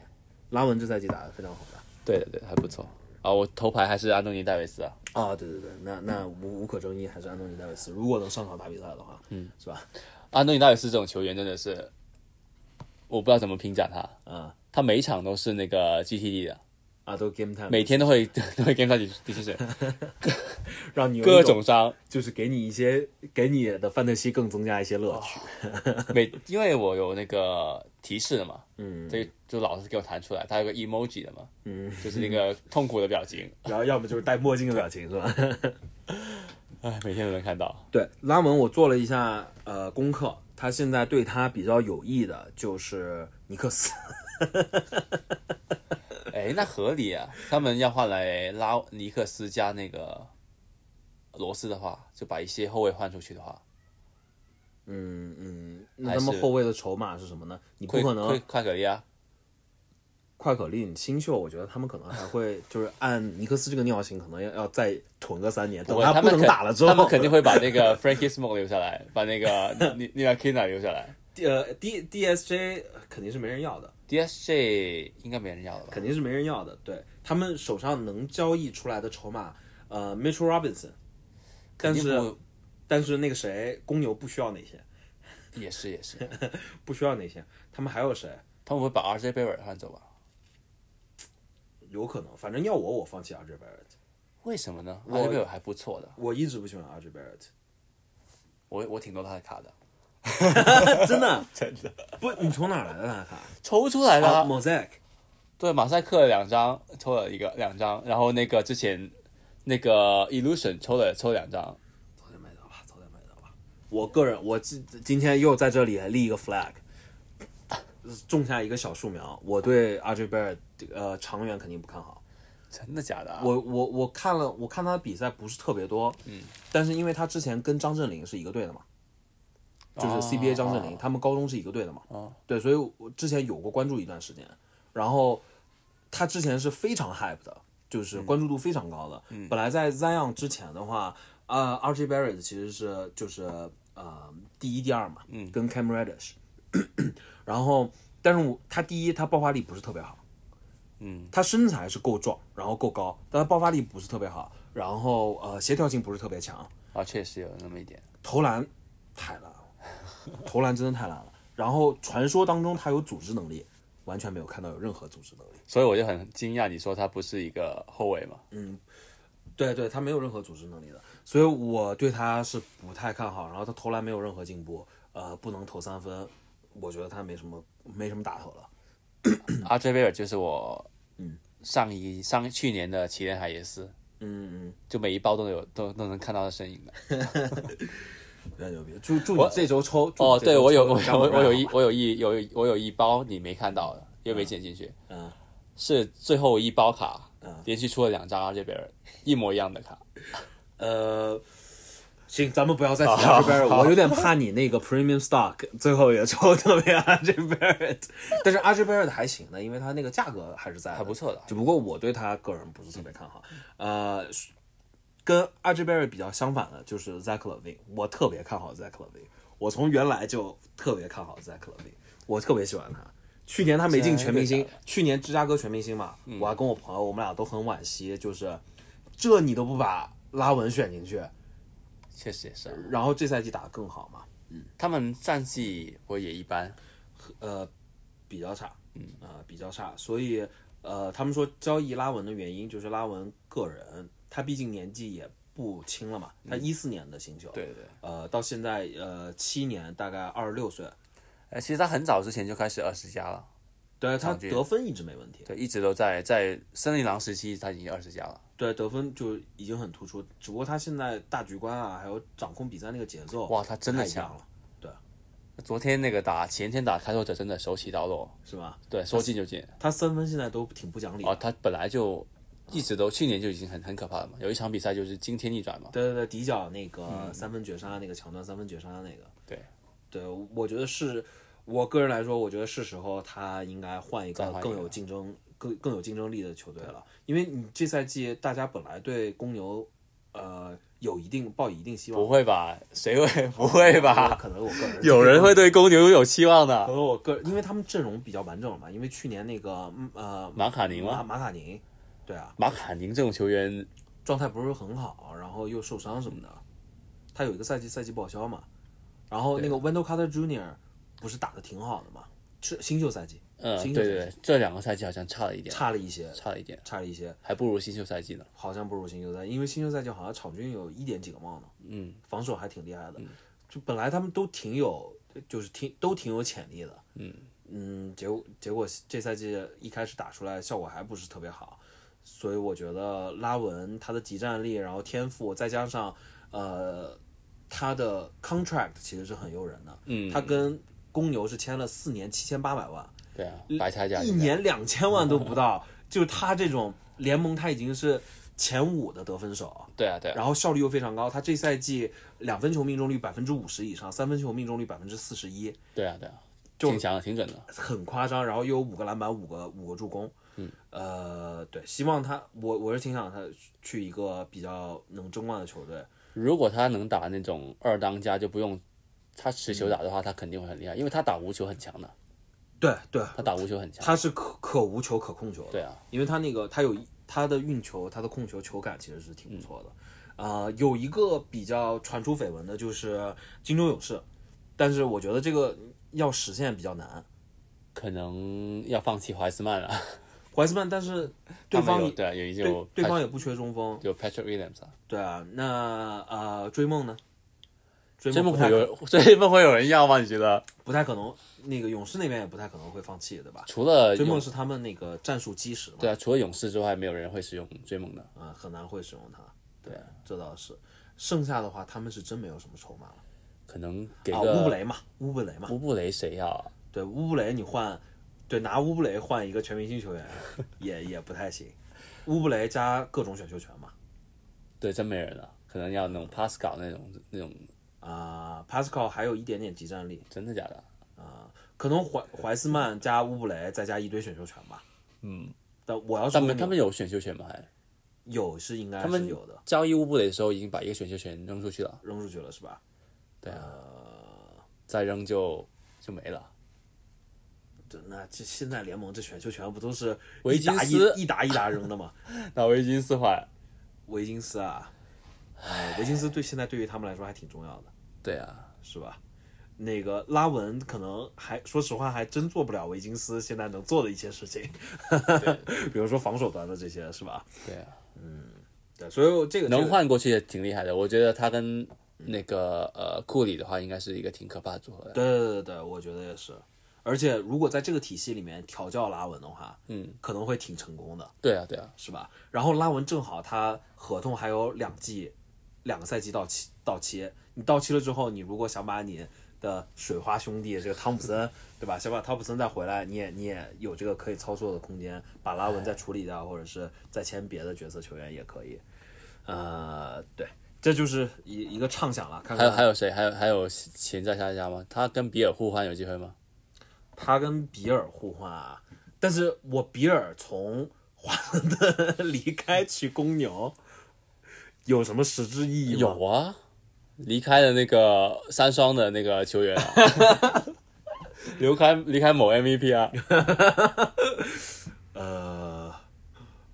A: 拉文这赛季打得非常好的。
B: 对的对的，还不错啊。我头牌还是安东尼戴维斯啊，
A: 啊，对对对，那那无无可争议还是安东尼戴维斯，如果能上场打比赛的话，嗯，是吧？
B: 安东尼戴维斯这种球员真的是，我不知道怎么评价他
A: 啊。
B: 他每一场都是那个 GTD 的，
A: 啊，都 game time，
B: 每天都会 都会跟他底底薪 水，
A: 让你有一
B: 各种伤。
A: 就是给你一些给你的范特西更增加一些
B: 哦
A: 乐趣。
B: 每因为我有那个提示的嘛，嗯，这个就老是给我弹出来，他有个 emoji 的嘛，嗯，就是那个痛苦的表情，
A: 然后要么就是戴墨镜的表情，是吧？
B: 哎，每天都能看到。
A: 对，拉文我做了一下呃功课，他现在对他比较有益的就是尼克斯。
B: 哎，那合理啊！他们要换来拉尼克斯加那个罗斯的话，就把一些后卫换出去的话，
A: 嗯嗯，那
B: 还
A: 他们
B: 是
A: 后卫的筹码是什么呢？你不
B: 会
A: 可能
B: 会快可利啊！
A: 快可利、你新秀，我觉得他们可能还会就是按尼克斯这个尿性，可能要要再囤个三年，等
B: 不会他
A: 不
B: 们
A: 能
B: 肯
A: 打了之后，
B: 他们肯定会把那个 Frankie Smoke 留下来， 把 那个尼尼拉 Kina 留下来。
A: 呃 D D S J 肯定是没人要的，
B: DSJ 应该没人要了吧？
A: 肯定是没人要的。对他们手上能交易出来的筹码，呃，Mitchell Robinson，但
B: 肯定
A: 是
B: 不
A: 但是那个谁，公牛不需要那些，
B: 也是也是，
A: 不需要那些，他们还有谁？
B: 他们会把 RJ 贝尔换走吧？
A: 有可能，反正要我，我放弃 RJ Barrett。
B: 为什么呢？阿德贝尔还不错的，
A: 我一直不喜欢 RJ Barrett，
B: 我我挺多他的卡的，
A: 真的
B: 真的
A: 不，你从哪儿来的那卡？
B: 抽出来的啊、
A: 啊，Mosaic，
B: 对，马赛克两张抽了一个两张，然后那个之前那个 Illusion 抽了抽两张，
A: 早点买到吧，早点买到吧。我个人，我今今天又在这里立一个 flag，种下一个小树苗。我对 RJ Barrett 呃长远肯定不看好。
B: 真的假的、啊？
A: 我我我看了，我看他的比赛不是特别多，嗯，但是因为他之前跟张镇麟是一个队的嘛，就是 CBA 张镇麟，他们高中是一个队的嘛，对，所以我之前有过关注一段时间，然后他之前是非常 hype 的，就是关注度非常高的。本来在 Zion 之前的话，呃，RJ Barrett 其实是就是呃第一第二嘛，嗯，跟 Cam Reddish，然后但是我他第一他爆发力不是特别好。
B: 嗯，
A: 他身材是够壮，然后够高，但他爆发力不是特别好，然后呃协调性不是特别强，
B: 啊，确实有那么一点。
A: 投篮太烂了，投篮真的太烂了。然后传说当中他有组织能力，完全没有看到有任何组织能力。
B: 所以我就很惊讶，你说他不是一个后卫嘛？
A: 嗯，对对，他没有任何组织能力的，所以我对他是不太看好。然后他投篮没有任何进步，呃，不能投三分，我觉得他没什么没什么打头了。
B: 阿追贝尔就是我，上一上去年的祁连海耶斯，
A: 嗯嗯，
B: 就每一包都有都都能看到他身影的。
A: 有点牛逼。祝祝你这周抽
B: 哦， 对我有我有我有一我有一有一我有一包你没看到的，又没剪进去，
A: 嗯，
B: 是最后一包卡
A: 嗯，
B: 连续出了两张阿追贝尔一模一样的卡。
A: 呃，行，咱们不要再提 a r b e r 我有点怕你那个 Premium Stock 最后也抽特别 a r b e r 但是 a r b e r 还行的，因为它那个价格还是在
B: 还不错的
A: 只不过我对他个人不是特别看好。呃，跟 a r b e r 比较相反的就是 Zach Levine，我特别看好 Zach Levine，我从原来就特别看好 Zach Levine，我特别喜欢他。去年他没进全明星，去年芝加哥全明星嘛，我还跟我朋友，我们俩都很惋惜，就是这你都不把拉文选进去，
B: 确实也是啊，
A: 然后这赛季打得更好嘛，
B: 他们战绩我也一般，
A: 呃，比较差，嗯，呃，比较差，所以呃，他们说交易拉文的原因就是拉文个人，他毕竟年纪也不轻了嘛，他一四年的新秀，
B: 嗯对对。
A: 呃，到现在呃七年大概二十六岁，
B: 呃，其实他很早之前就开始二十加了，
A: 对他
B: 场均
A: 得分一直没问题，
B: 对，一直都在在森林狼时期他已经二十加了。
A: 对得分就已经很突出，只不过他现在大局观啊，还有掌控比赛那个节奏，
B: 哇，他真的
A: 太强
B: 强！
A: 了，
B: 昨天那个打，前天打开拓者真的手起刀落，
A: 是吧？
B: 对，说进就进。
A: 他三分现在都挺不讲理的
B: 哦，他本来就一直都去年就已经很很可怕了嘛，有一场比赛就是惊天逆转嘛。
A: 对对对，底角那个三分绝杀那个抢断三分绝杀那个，
B: 嗯对，
A: 对我觉得是，我个人来说，我觉得是时候他应该换一
B: 再
A: 个
B: 换一
A: 更
B: 个
A: 有竞争、更更有竞争力的球队了，因为你这赛季大家本来对公牛，呃，有一定抱有一定希望，
B: 不会吧？谁会？不 会吧？
A: 可能我个人
B: 有人会对公牛有期望
A: 可
B: 的。
A: 能我个人，因为他们阵容比较完整了嘛，因为去年那个嗯呃
B: 马卡宁
A: 马
B: 吗？
A: 马卡宁，对啊，
B: 马卡宁这种球员，
A: 状态不是很好，然后又受伤什么的。他有一个赛季赛季报销嘛，然后那个 Wendell Carter Jr. 不是打的挺好的嘛，是新秀赛季
B: 嗯，
A: 新
B: 对
A: 秀
B: 对对，这两个赛季好像差了一点，
A: 差了一些，
B: 差了一点，
A: 差了一些，
B: 还不如新秀赛季呢。
A: 好像不如新秀赛季，因为新秀赛季好像场均有一点几个帽呢，
B: 嗯，
A: 防守还挺厉害的，就本来他们都挺有，就是挺都挺有潜力的，嗯结果结果这赛季一开始打出来效果还不是特别好，所以我觉得拉文他的集战力，然后天赋，再加上呃他的 contract 其实是很诱人的，嗯，他跟公牛是签了四年七千八百万，
B: 对啊，白菜价
A: 一
B: 应该
A: 年两千万都不 到，就是他这种联盟他已经是前五的得分手，
B: 对啊，对啊，
A: 然后效率又非常高。他这赛季两分球命中率百分之五十以上，三分球命中率百分之四十一，
B: 对啊，对啊，挺强的，挺准的。
A: 很夸张。然后又有五个篮板，五个五个助攻。嗯，呃，对，希望他，我我是挺想他去一个比较能争冠的球队。
B: 如果他能打那种二当家，就不用他持球打的话，他肯定会很厉害，因为他打无球很强的，
A: 对对，
B: 他打无球很强。
A: 他是可可无球可控球的，
B: 对啊，
A: 因为他那个他有他的运球，他的控球球感其实是
B: 嗯
A: 挺不错的。啊、有一个比较传出绯闻的就是金州勇士，但是我觉得这个要实现比较难。
B: 可能要放弃怀斯曼了。
A: 怀斯曼，但是对
B: 他们
A: 方
B: 有
A: 也
B: 对啊，有已经
A: 对
B: 有
A: 对
B: Pat-
A: 方也不缺中锋，
B: 有 Patrick Williams 啊，
A: 对啊，那呃追梦呢？追
B: 这
A: 梦
B: 梦
A: 不
B: 会
A: 太
B: 有 这梦会有人要吗？你觉得？
A: 不太可能，那个勇士那边也不太可能会放弃的吧？
B: 除了
A: 追
B: 呃勇
A: 梦是他们那个战术基石嘛，
B: 对啊，除了勇士之外，没有人会使用追梦的。
A: 啊、很难会使用它。对，这倒是。剩下的话，他们是真没有什么筹码了
B: 可能给
A: 啊。乌布
B: 个
A: 雷嘛，乌布雷嘛，
B: 乌布雷谁要啊？
A: 对，乌布雷你换，对，拿乌布雷换一个全明星 球员，也也不太行。乌布雷加各种选秀权嘛，
B: 对，真没人了，可能要那种 Pascal 那种那种，
A: 啊、帕斯考还有一点点集战力，
B: 真的假的？
A: 可能怀怀斯曼加乌布雷再加一堆选秀权吧。嗯，但我要是
B: 他们
A: 问你
B: 他们有选秀权吗？还
A: 有是应该
B: 他们
A: 是有的，
B: 交易乌布雷的时候已经把一个选秀权扔出去了，
A: 扔出去了是吧？
B: 啊
A: 呃
B: 再扔就就没了。
A: 这那这现在联盟这选秀权不都是
B: 维
A: 一
B: 金
A: 打一
B: 斯
A: 一打一打扔的吗？
B: 那维金斯坏，
A: 维金斯啊，呃，维金斯对现在对于他们来说还挺重要的，
B: 对啊，
A: 是吧？那个拉文可能还说实话还真做不了维金斯现在能做的一些事情， 比如说防守端的这些，是吧？
B: 对啊，
A: 对，所以这个
B: 能换过去也挺厉害的。我觉得他跟那个呃库里的话，应该是一个挺可怕的组合的。
A: 对对对对，我觉得也是。而且如果在这个体系里面调教拉文的话，嗯，可能会挺成功的，
B: 对啊，对啊，
A: 是吧？然后拉文正好他合同还有两季，两个赛季到期到期，你到期了之后，你如果想把你的水花兄弟这个汤普森，对吧？想把汤普森再回来，你也你也有这个可以操作的空间，把拉文再处理掉，或者是再签别的角色球员也可以。呃，对，这就是一一个畅想了，看
B: 还有还
A: 看
B: 有谁？还有还有潜在下家吗？他跟比尔互换有机会吗？
A: 他跟比尔互换啊，但是我比尔从华盛顿离开去公牛。 有什么实质意义吗？
B: 有啊，离开了那个三双的那个球员啊， 离开离开某 MVP 啊，
A: 呃，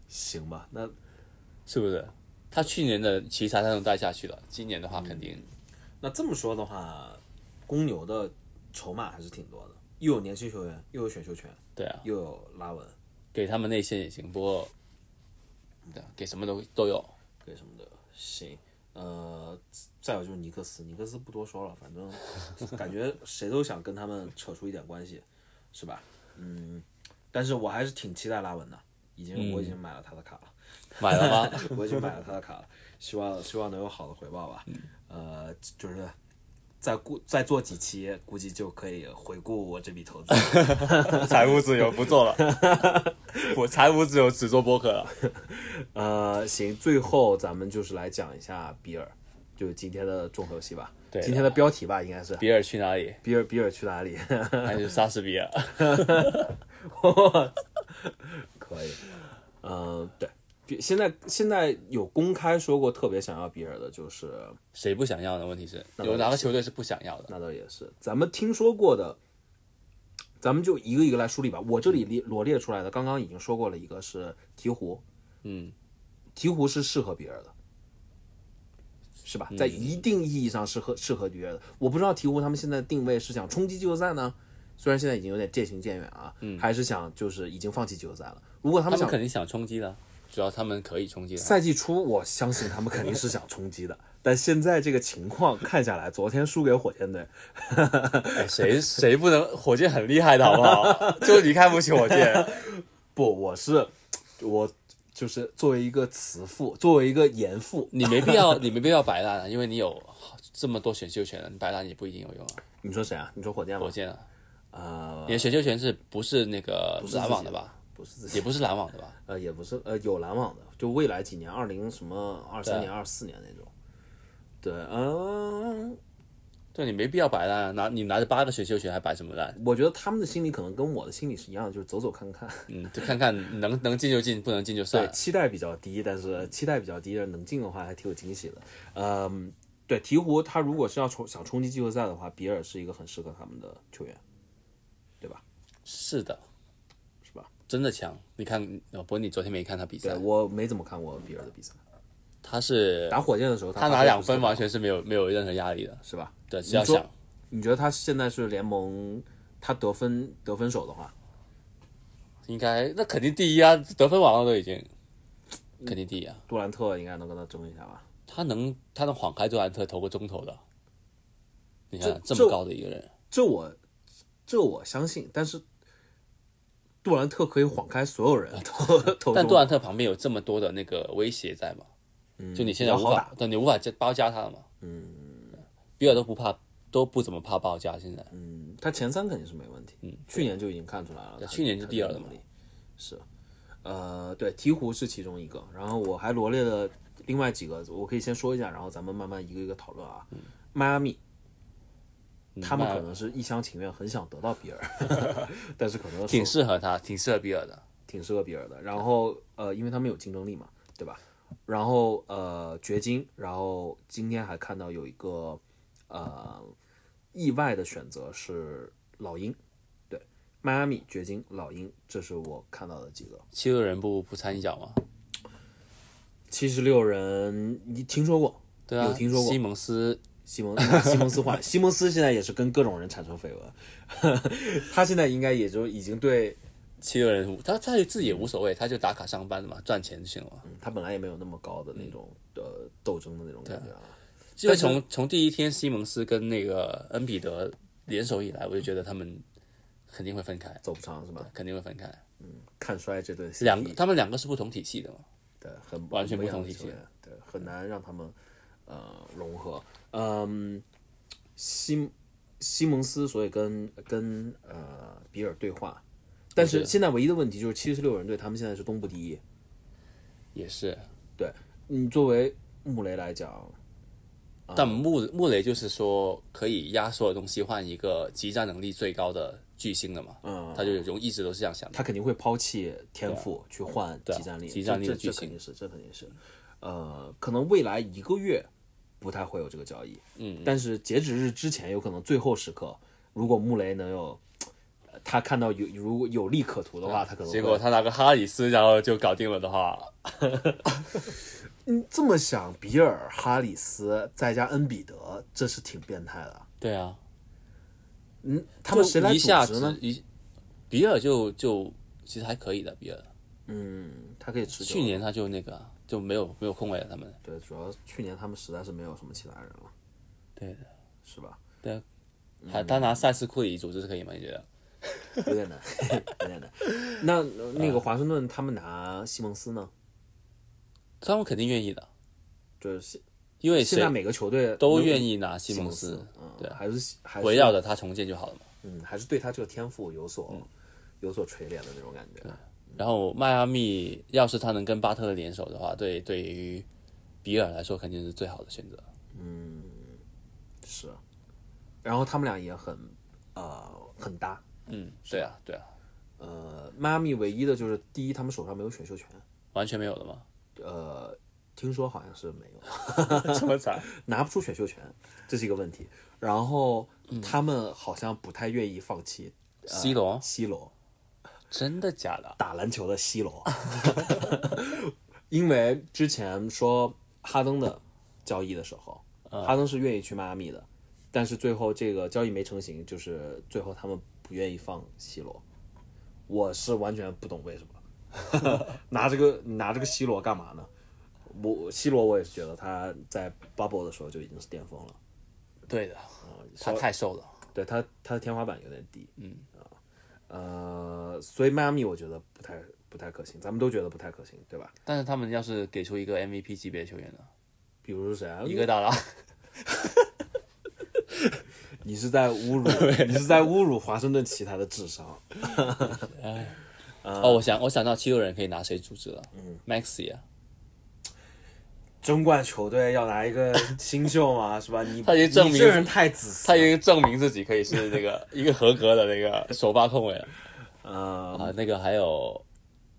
A: 行吧，那
B: 是不是？他去年的奇才他能带下去了，今年的话肯定
A: 那这么说的话，公牛的筹码还是挺多的，又有年轻球员，又有选秀权，
B: 对啊，
A: 又有拉文，
B: 给他们内线也行，不过对啊，给什么都都有。
A: 给什么的。行，呃，再有就是尼克斯，尼克斯不多说了，反正感觉谁都想跟他们扯出一点关系，是吧？嗯，但是我还是挺期待拉文的，已经我已经买了他的卡了。
B: 买了吗？
A: 我已经买了他的卡了，希望希望能有好的回报吧。呃，就是再顾再做几期，估计就可以回顾我这笔投资。
B: 财务自由不做了， 我财务自由只做播客了。
A: 呃，行，最后咱们就是来讲一下比尔，就是今天的重头戏吧。
B: 对的啊
A: 今天的标题吧，应该是
B: 比尔去哪里？
A: 比尔比尔去哪里？
B: 还是莎士比亚？
A: 可以，呃，对。比现在现在有公开说过特别想要比尔的，就是
B: 谁不想要呢？问题是有哪个球队是不想要的？
A: 那倒也是，咱们听说过的，咱们就一个一个来梳理吧。我这里列罗列出来的，刚刚已经说过了，一个是鹈鹕，
B: 嗯，
A: 鹈鹕是适合比尔的，是吧？在一定意义上适合适合比尔的。我不知道鹈鹕他们现在定位是想冲击季后赛呢，虽然现在已经有点渐行渐远啊，还是想就是已经放弃季后赛了。如果他
B: 他
A: 们
B: 们
A: 想
B: 肯定想冲击的，啊主要他们可以冲击的。
A: 赛季初，我相信他们肯定是想冲击的，但现在这个情况看下来，昨天输给火箭队，
B: 哎 谁谁不能？火箭很厉害的好不好？ 就你看不起火箭，
A: 不，我是我就是作为一个慈父，作为一个严父，
B: 你没必要，你没必要摆烂啊，因为你有这么多选秀权了，你摆烂也不一定有用啊。
A: 你说谁啊？你说火箭吗
B: 火？箭啊，
A: 呃，
B: 你的选秀权是不是那个
A: 是自己
B: 篮网的吧？
A: 不是自己，
B: 也不是篮网的吧？
A: 呃，也不是，呃，有篮网的，就未来几年，二零什么二
B: 对
A: 三年、二四年那种。对，嗯、
B: 对你没必要摆烂啊，拿你拿着八个选秀权还摆什么 烂？
A: 我觉得他们的心理可能跟我的心理是一样的，就是走走看看。
B: 嗯，就看看能能进就进，不能进就
A: 对
B: 算，。
A: 呃期待比较低，但是呃期待比较低，但是能进的话还挺有惊喜的。嗯，对，鹈鹕他如果是要冲想冲击季后赛的话，比尔是一个很适合他们的球员，
B: 是的，
A: 是吧？
B: 真的强。你看，哦，不过你昨天没看他比
A: 对
B: 赛，
A: 我没怎么看过比尔的比赛。
B: 他是
A: 打火箭的时候他
B: 他拿
A: 发挥
B: 两
A: 不错
B: 分完全是没有没有任何压力的。
A: 是吧？
B: 对，只要
A: 你说
B: 想
A: 你觉得他现在是联盟他得分得分手的话，
B: 应该那肯定第一啊，得分王了都已经，肯定第一啊。
A: 杜兰特应该能跟他争一下吧？
B: 他能他能晃开杜兰特投个中投的，你看
A: 这
B: 这么高的一个人，
A: 这我这我相信，但是杜兰特可以晃开所有人， 投投
B: 但
A: 中
B: 杜兰特旁边有这么多的那个威胁在嘛？就你现在
A: 比
B: 无
A: 嗯较好打
B: 法，对，你无法加包夹他了嘛？嗯，比尔都不怕，都不怎么怕包夹，现在
A: 嗯，他前三肯定是没问题。嗯，去年就已经看出来了，他
B: 去年就第二了嘛。
A: 他的能力是，呃，对，鹈鹕是其中一个，然后我还罗列了另外几个，我可以先说一下，然后咱们慢慢一个一个讨论啊。
B: 嗯
A: 迈阿密，他们
B: 迈
A: 可
B: 阿
A: 能是一厢情愿，很想得到比 尔，但是可能
B: 挺
A: 手
B: 适合他，挺适合比尔的。
A: 挺适合比尔的。然后呃，因为他们有竞争力嘛，对吧？然后呃，掘金，然后今天还看到有一个呃意外的选择是老鹰，对，迈阿密、掘金、老鹰，这是我看到的几个。
B: 七六人不不掺一脚吗？
A: 七十六人，你听说过？
B: 对啊，
A: 有听说过
B: 西蒙斯
A: 西蒙西蒙斯换西蒙斯现在也是跟各种人产生绯闻， 他现在应该也就已经对
B: 七六人，他他自己也无所谓，他就打卡上班的嘛，赚钱就行了嘛。
A: 嗯他本来也没有那么高的那种呃斗争的那种感觉啊。
B: 因为从从第一天西蒙斯跟那个恩比德联手以来，我就觉得他们肯定会分开，
A: 走不长是吧？
B: 肯定会分开。
A: 看衰这对 CP
B: 两个他们两个是不同体系的嘛，
A: 对，很
B: 完全
A: 不一
B: 不
A: 样
B: 同
A: 的
B: 体
A: 球
B: 系
A: 员，对，很难让他们呃融合。嗯，西西蒙斯所以跟跟呃比尔对话，但是现在唯一的问题就是七十六人队他们现在是东部第一。
B: 也是。
A: 对你作为穆雷来讲，
B: 但穆穆雷就是说可以压缩的东西换一个集战能力最高的巨星了嘛，
A: 嗯，
B: 他就容一直都是这样想的。
A: 他肯定会抛弃天赋去换
B: 对啊
A: 集战力，
B: 集战力
A: 这
B: 的
A: 这
B: 巨
A: 这
B: 星
A: 肯定是，这肯定是，呃，可能未来一个月不太会有这个交易，嗯，但是截止日之前有可能最后时刻，如果穆雷能有，呃他看到有如果有利可图的话，他可能会
B: 啊结果他拿个哈里斯，然后就搞定了的话，
A: 嗯这么想，比尔、哈里斯再加恩比德，这是挺变态的，
B: 对啊，
A: 嗯，他
B: 就
A: 们谁来
B: 一
A: 组
B: 下
A: 织
B: 子
A: 呢？
B: 一比尔就就其实还可以的，比尔
A: 嗯，他可以持久，
B: 去年他就那个啊就没有没有空位了，他们
A: 对，主要去年他们实在是没有什么其他人了，
B: 对的，
A: 是吧？嗯
B: 他他拿塞斯库里组织是可以吗？你觉得？
A: 有点 难，有点难。那那个华盛顿他们拿西蒙斯呢？
B: 他们肯定愿意的，
A: 就是现
B: 因为
A: 现
B: 谁
A: 在每个球队
B: 都
A: 能
B: 愿意拿西
A: 西
B: 蒙
A: 斯
B: 斯，，
A: 嗯，还是还是
B: 围绕着他重建就好了嘛。
A: 嗯，还是对他这个天赋有
B: 嗯
A: 所有所垂怜的那种感觉。
B: 然后迈阿密要是他能跟巴特勒联手的话，对对于比尔来说肯定是最好的选择。
A: 是，然后他们俩也很呃很搭。
B: 嗯，对啊，对啊，
A: 呃，迈阿密唯一的就是第一，他们手上没有选秀权。
B: 完全没有了吗？
A: 呃，听说好像是没有。
B: 这么惨？
A: 拿不出选秀权，这是一个问题。然后
B: 嗯
A: 他们好像不太愿意放弃
B: C 罗
A: 西罗
B: 真的假的？
A: 打篮球的西罗， 因为之前说哈登的交易的时候，哈登是愿意去迈阿密的，但是最后这个交易没成型，就是最后他们不愿意放西罗。我是完全不懂为什么 拿这个拿这个西罗干嘛呢？我西罗我也是觉得他在 bubble 的时候就已经是巅峰了。
B: 对的，他太瘦了。
A: 对他他的天花板有点低，嗯啊，呃，所以迈阿密我觉得不太不太可行，咱们都觉得不太可行，对吧？
B: 但是他们要是给出一个 MVP 级别的球员呢？
A: 比如说谁啊？
B: 一个大拉，
A: 你是在侮辱，你是在侮辱华盛顿奇才的智商。
B: 哦，我想我想到七六人可以拿谁组织了？嗯，Maxi 啊，
A: 争冠球队要拿一个新秀嘛，是吧？你
B: 他已经证明
A: 你这人太自私
B: 他
A: 了。
B: 已经证明自己可以是那个一个合格的那个首发控卫 了
A: 呃
B: 啊。那个还有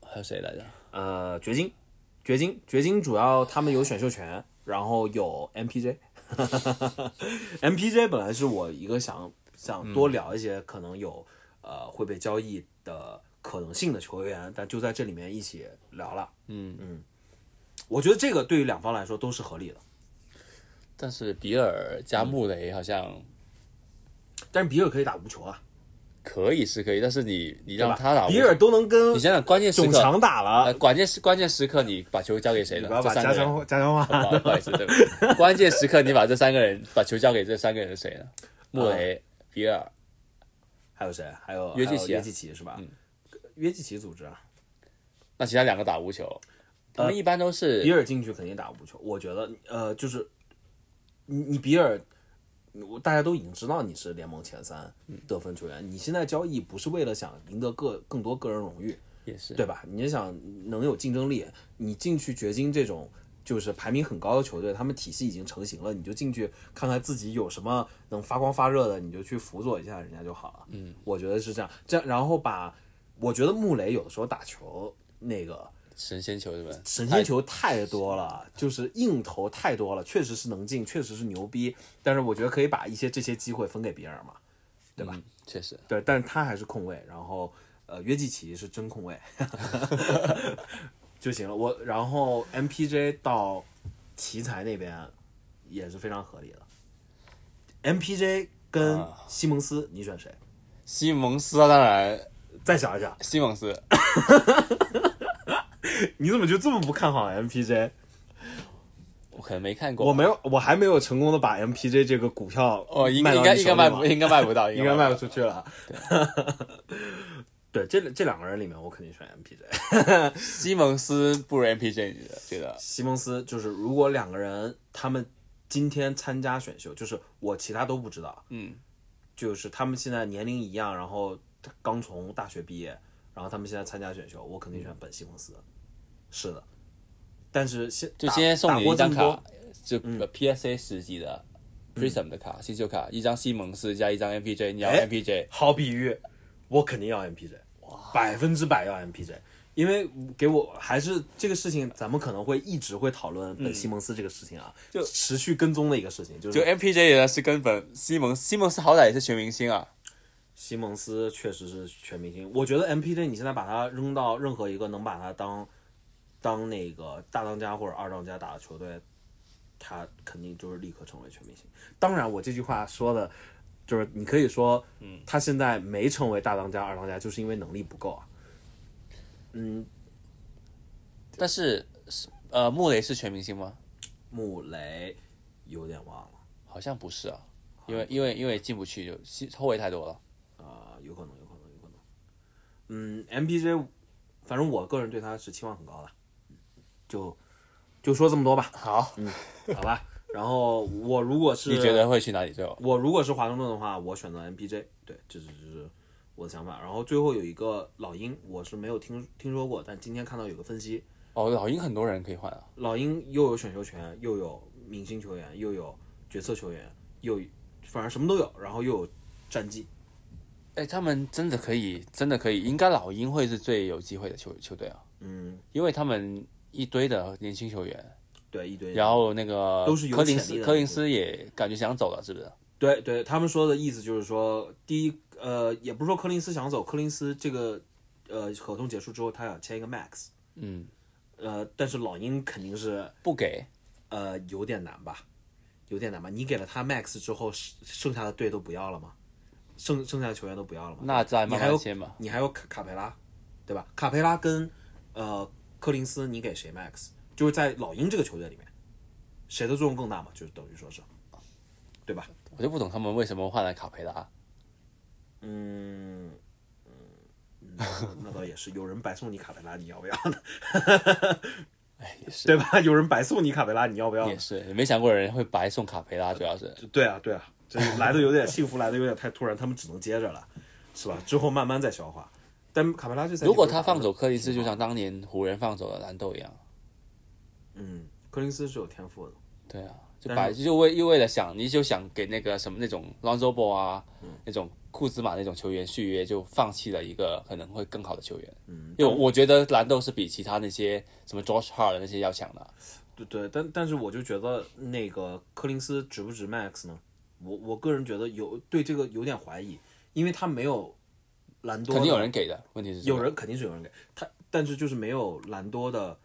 B: 还有谁来着？
A: 呃，掘金，掘金，掘金主要他们有选秀权，然后有 MPJ。MPJ 本来是我一个想
B: 嗯
A: 想多聊一些可能有、呃会被交易的可能性的球员，但就在这里面一起聊了。嗯嗯，我觉得这个对于两方来说都是合理的。
B: 但是比尔加穆雷好像
A: 但是比尔可以打无球啊，
B: 可以是可以，但是你你让他打，
C: 比尔都能跟
B: 你想想关键时
C: 囧
B: 刻，
C: 强打
B: 呃
C: 了，
B: 关键时关键时刻你把球交给谁
C: 你
B: 了
C: 不要？
B: 这
C: 把
B: 三
C: 家
B: 个人，嗯哦
C: 乡家乡话。
B: 不好不好意思，对 不起。关键时刻你把这三个人把球交给这三个人是谁了？穆雷、比尔，
A: 还有谁？还有
B: 约基奇啊
A: 还有约基奇是吧？约基奇组织啊，
B: 那其他两个打无球，他们一般都是
A: 呃比尔进去肯定打无球。我觉得，呃，就是你你比尔，我大家都已经知道你是联盟前三得分球员，你现在交易不是为了想赢得个更多个人荣誉，
B: 也是
A: 对吧？你想能有竞争力，你进去掘金这种就是排名很高的球队，他们体系已经成型了，你就进去看看自己有什么能发光发热的，你就去辅佐一下人家就好了。嗯，我觉得是这样，这样然后把我觉得穆雷有的时候打球那个
B: 神仙球，对吧？
A: 神仙球太多了，就是硬投太多了，确实是能进，确实是牛逼，但是我觉得可以把一些这些机会分给别人嘛。
B: 对吧？嗯确实，
A: 对，但是他还是控卫，然后呃，约基奇是真控卫 就行了。我然后 MPJ 到奇才那边也是非常合理的。MPJ 跟西蒙斯，你选谁？
B: 西蒙斯啊，当然
A: 再想一想，
B: 西蒙斯，
A: 你怎么就这么不看好 MPJ？
B: 我可能没看过，
A: 我没有，我还没有成功的把 MPJ 这个股票
B: 哦，应
A: 卖到
B: 应该
A: 你
B: 应
A: 手
B: 该
A: 里
B: 卖
A: 吧
B: 不应该卖不到，
A: 应该卖不出去了。对， 这这两个人里面，我肯定选 MPJ。
B: 西蒙斯不如 MPJ，你觉得觉得？
A: 西蒙斯就是，如果两个人他们今天参加选秀，就是我其他都不知道，
B: 嗯，
A: 就是他们现在年龄一样，然后刚从大学毕业，然后他们现在参加选秀，我肯定选本西蒙斯。是的，但是现
B: 就
A: 打
B: 今天送
A: 打
B: 你
A: 过
B: 一张
A: 这么多
B: 卡，就 PSA 十级的 Prism 的卡，新秀卡，一张西蒙斯加一张 MPJ，你要
A: 哎
B: MPJ，
A: 好比喻，我肯定要 MPJ，百分之百要 MPJ，因为给我还是这个事情，咱们可能会一直会讨论本西蒙斯这个事情啊，就持续跟踪的一个事情，就
B: 就是 MPJ 也是根本西蒙西蒙斯好歹也是全明星啊，
A: 西蒙斯确实是全明星，我觉得 MPJ 你现在把他扔到任何一个能把他当当那个大当家或者二当家打的球队，他肯定就是立刻成为全明星。当然，我这句话说的。就是你可以说，他现在没成为大当家、二当家，就是因为能力不够啊。嗯
B: 但是呃穆雷是全明星吗？
A: 穆雷有点忘了
B: 好像不是啊，因为因为因为进不去就西后卫太多了，
A: 啊、有可能，有可能，有可能。嗯，MPJ，反正我个人对他是期望很高的，就就说这么多吧，嗯
B: 好，
A: 好吧。然后我如果是
B: 你觉得会去哪里最后？
A: 我如果是华盛顿的话，我选择 MPJ，对，这只是我的想法。然后最后有一个老鹰，我是没有听听说过，但今天看到有个分析，
B: 哦，老鹰很多人可以换啊，
A: 老鹰又有选秀权，又有明星球员，又有角色球员，又反正什么都有，然后又有战绩。
B: 哎，他们真的可以，真的可以，应该老鹰会是最有机会的球球队啊，
A: 嗯，
B: 因为他们一堆的年轻球员，
A: 对，一堆人。
B: 然后那个
A: 都是有
B: 柯
A: 潜
B: 林
A: 力
B: 斯，
A: 的
B: 柯林斯也感觉想走了，是不是？
A: 对对，他们说的意思就是说，第一，呃，也不是说柯林斯想走，柯林斯这个呃合同结束之后，他想签一个 max，
B: 嗯，
A: 呃，但是老鹰肯定是
B: 不给，
A: 呃有点难吧，有点难吧？你给了他 max 之后，剩剩下的队都不要了吗？剩剩下的球员都不要了吗？
B: 那再
A: 你
B: 慢
A: 还有
B: 慢签吧。
A: 你还有卡卡佩拉，对吧？卡佩拉跟呃柯林斯，你给谁 max？就是在老鹰这个球队里面，谁的作用更大嘛？就是等于说是，对吧？
B: 我就不懂他们为什么换来卡佩
A: 啊
B: 拉，
A: 嗯，嗯，那那倒也是，有人白送你卡佩拉，你要不要 呢？
B: 哎也是
A: 对吧？有人白送你卡佩拉，你要不要呢
B: 也？是也没想过有人会白送卡佩拉，主要是
A: 对啊，对啊，这来的有点幸福，来的有点太突然，他们只能接着了，是吧？之后慢慢再消化。但卡佩拉这赛季
B: 如果
A: 不是
B: 他
A: 打得
B: 放走柯林斯，就像当年湖人放走了兰豆一样，
A: 嗯，柯林斯是有天赋的，
B: 对啊，就
A: 但
B: 白就为又为了想，你就想给那个什么那种 Lonzo Ball 啊，那种库兹马那种球员续约，就放弃了一个可能会更好的球员。嗯，因为我觉得兰豆是比其他那些什么 Josh Hart 那些要强的。
A: 对对，但但是我就觉得那个柯林斯值不值 max 呢？我我个人觉得有对这个有点怀疑，因为他没有兰多的
B: 肯定有人给的。问题是什么
A: 有人肯定是有人给他，但是就是没有兰多的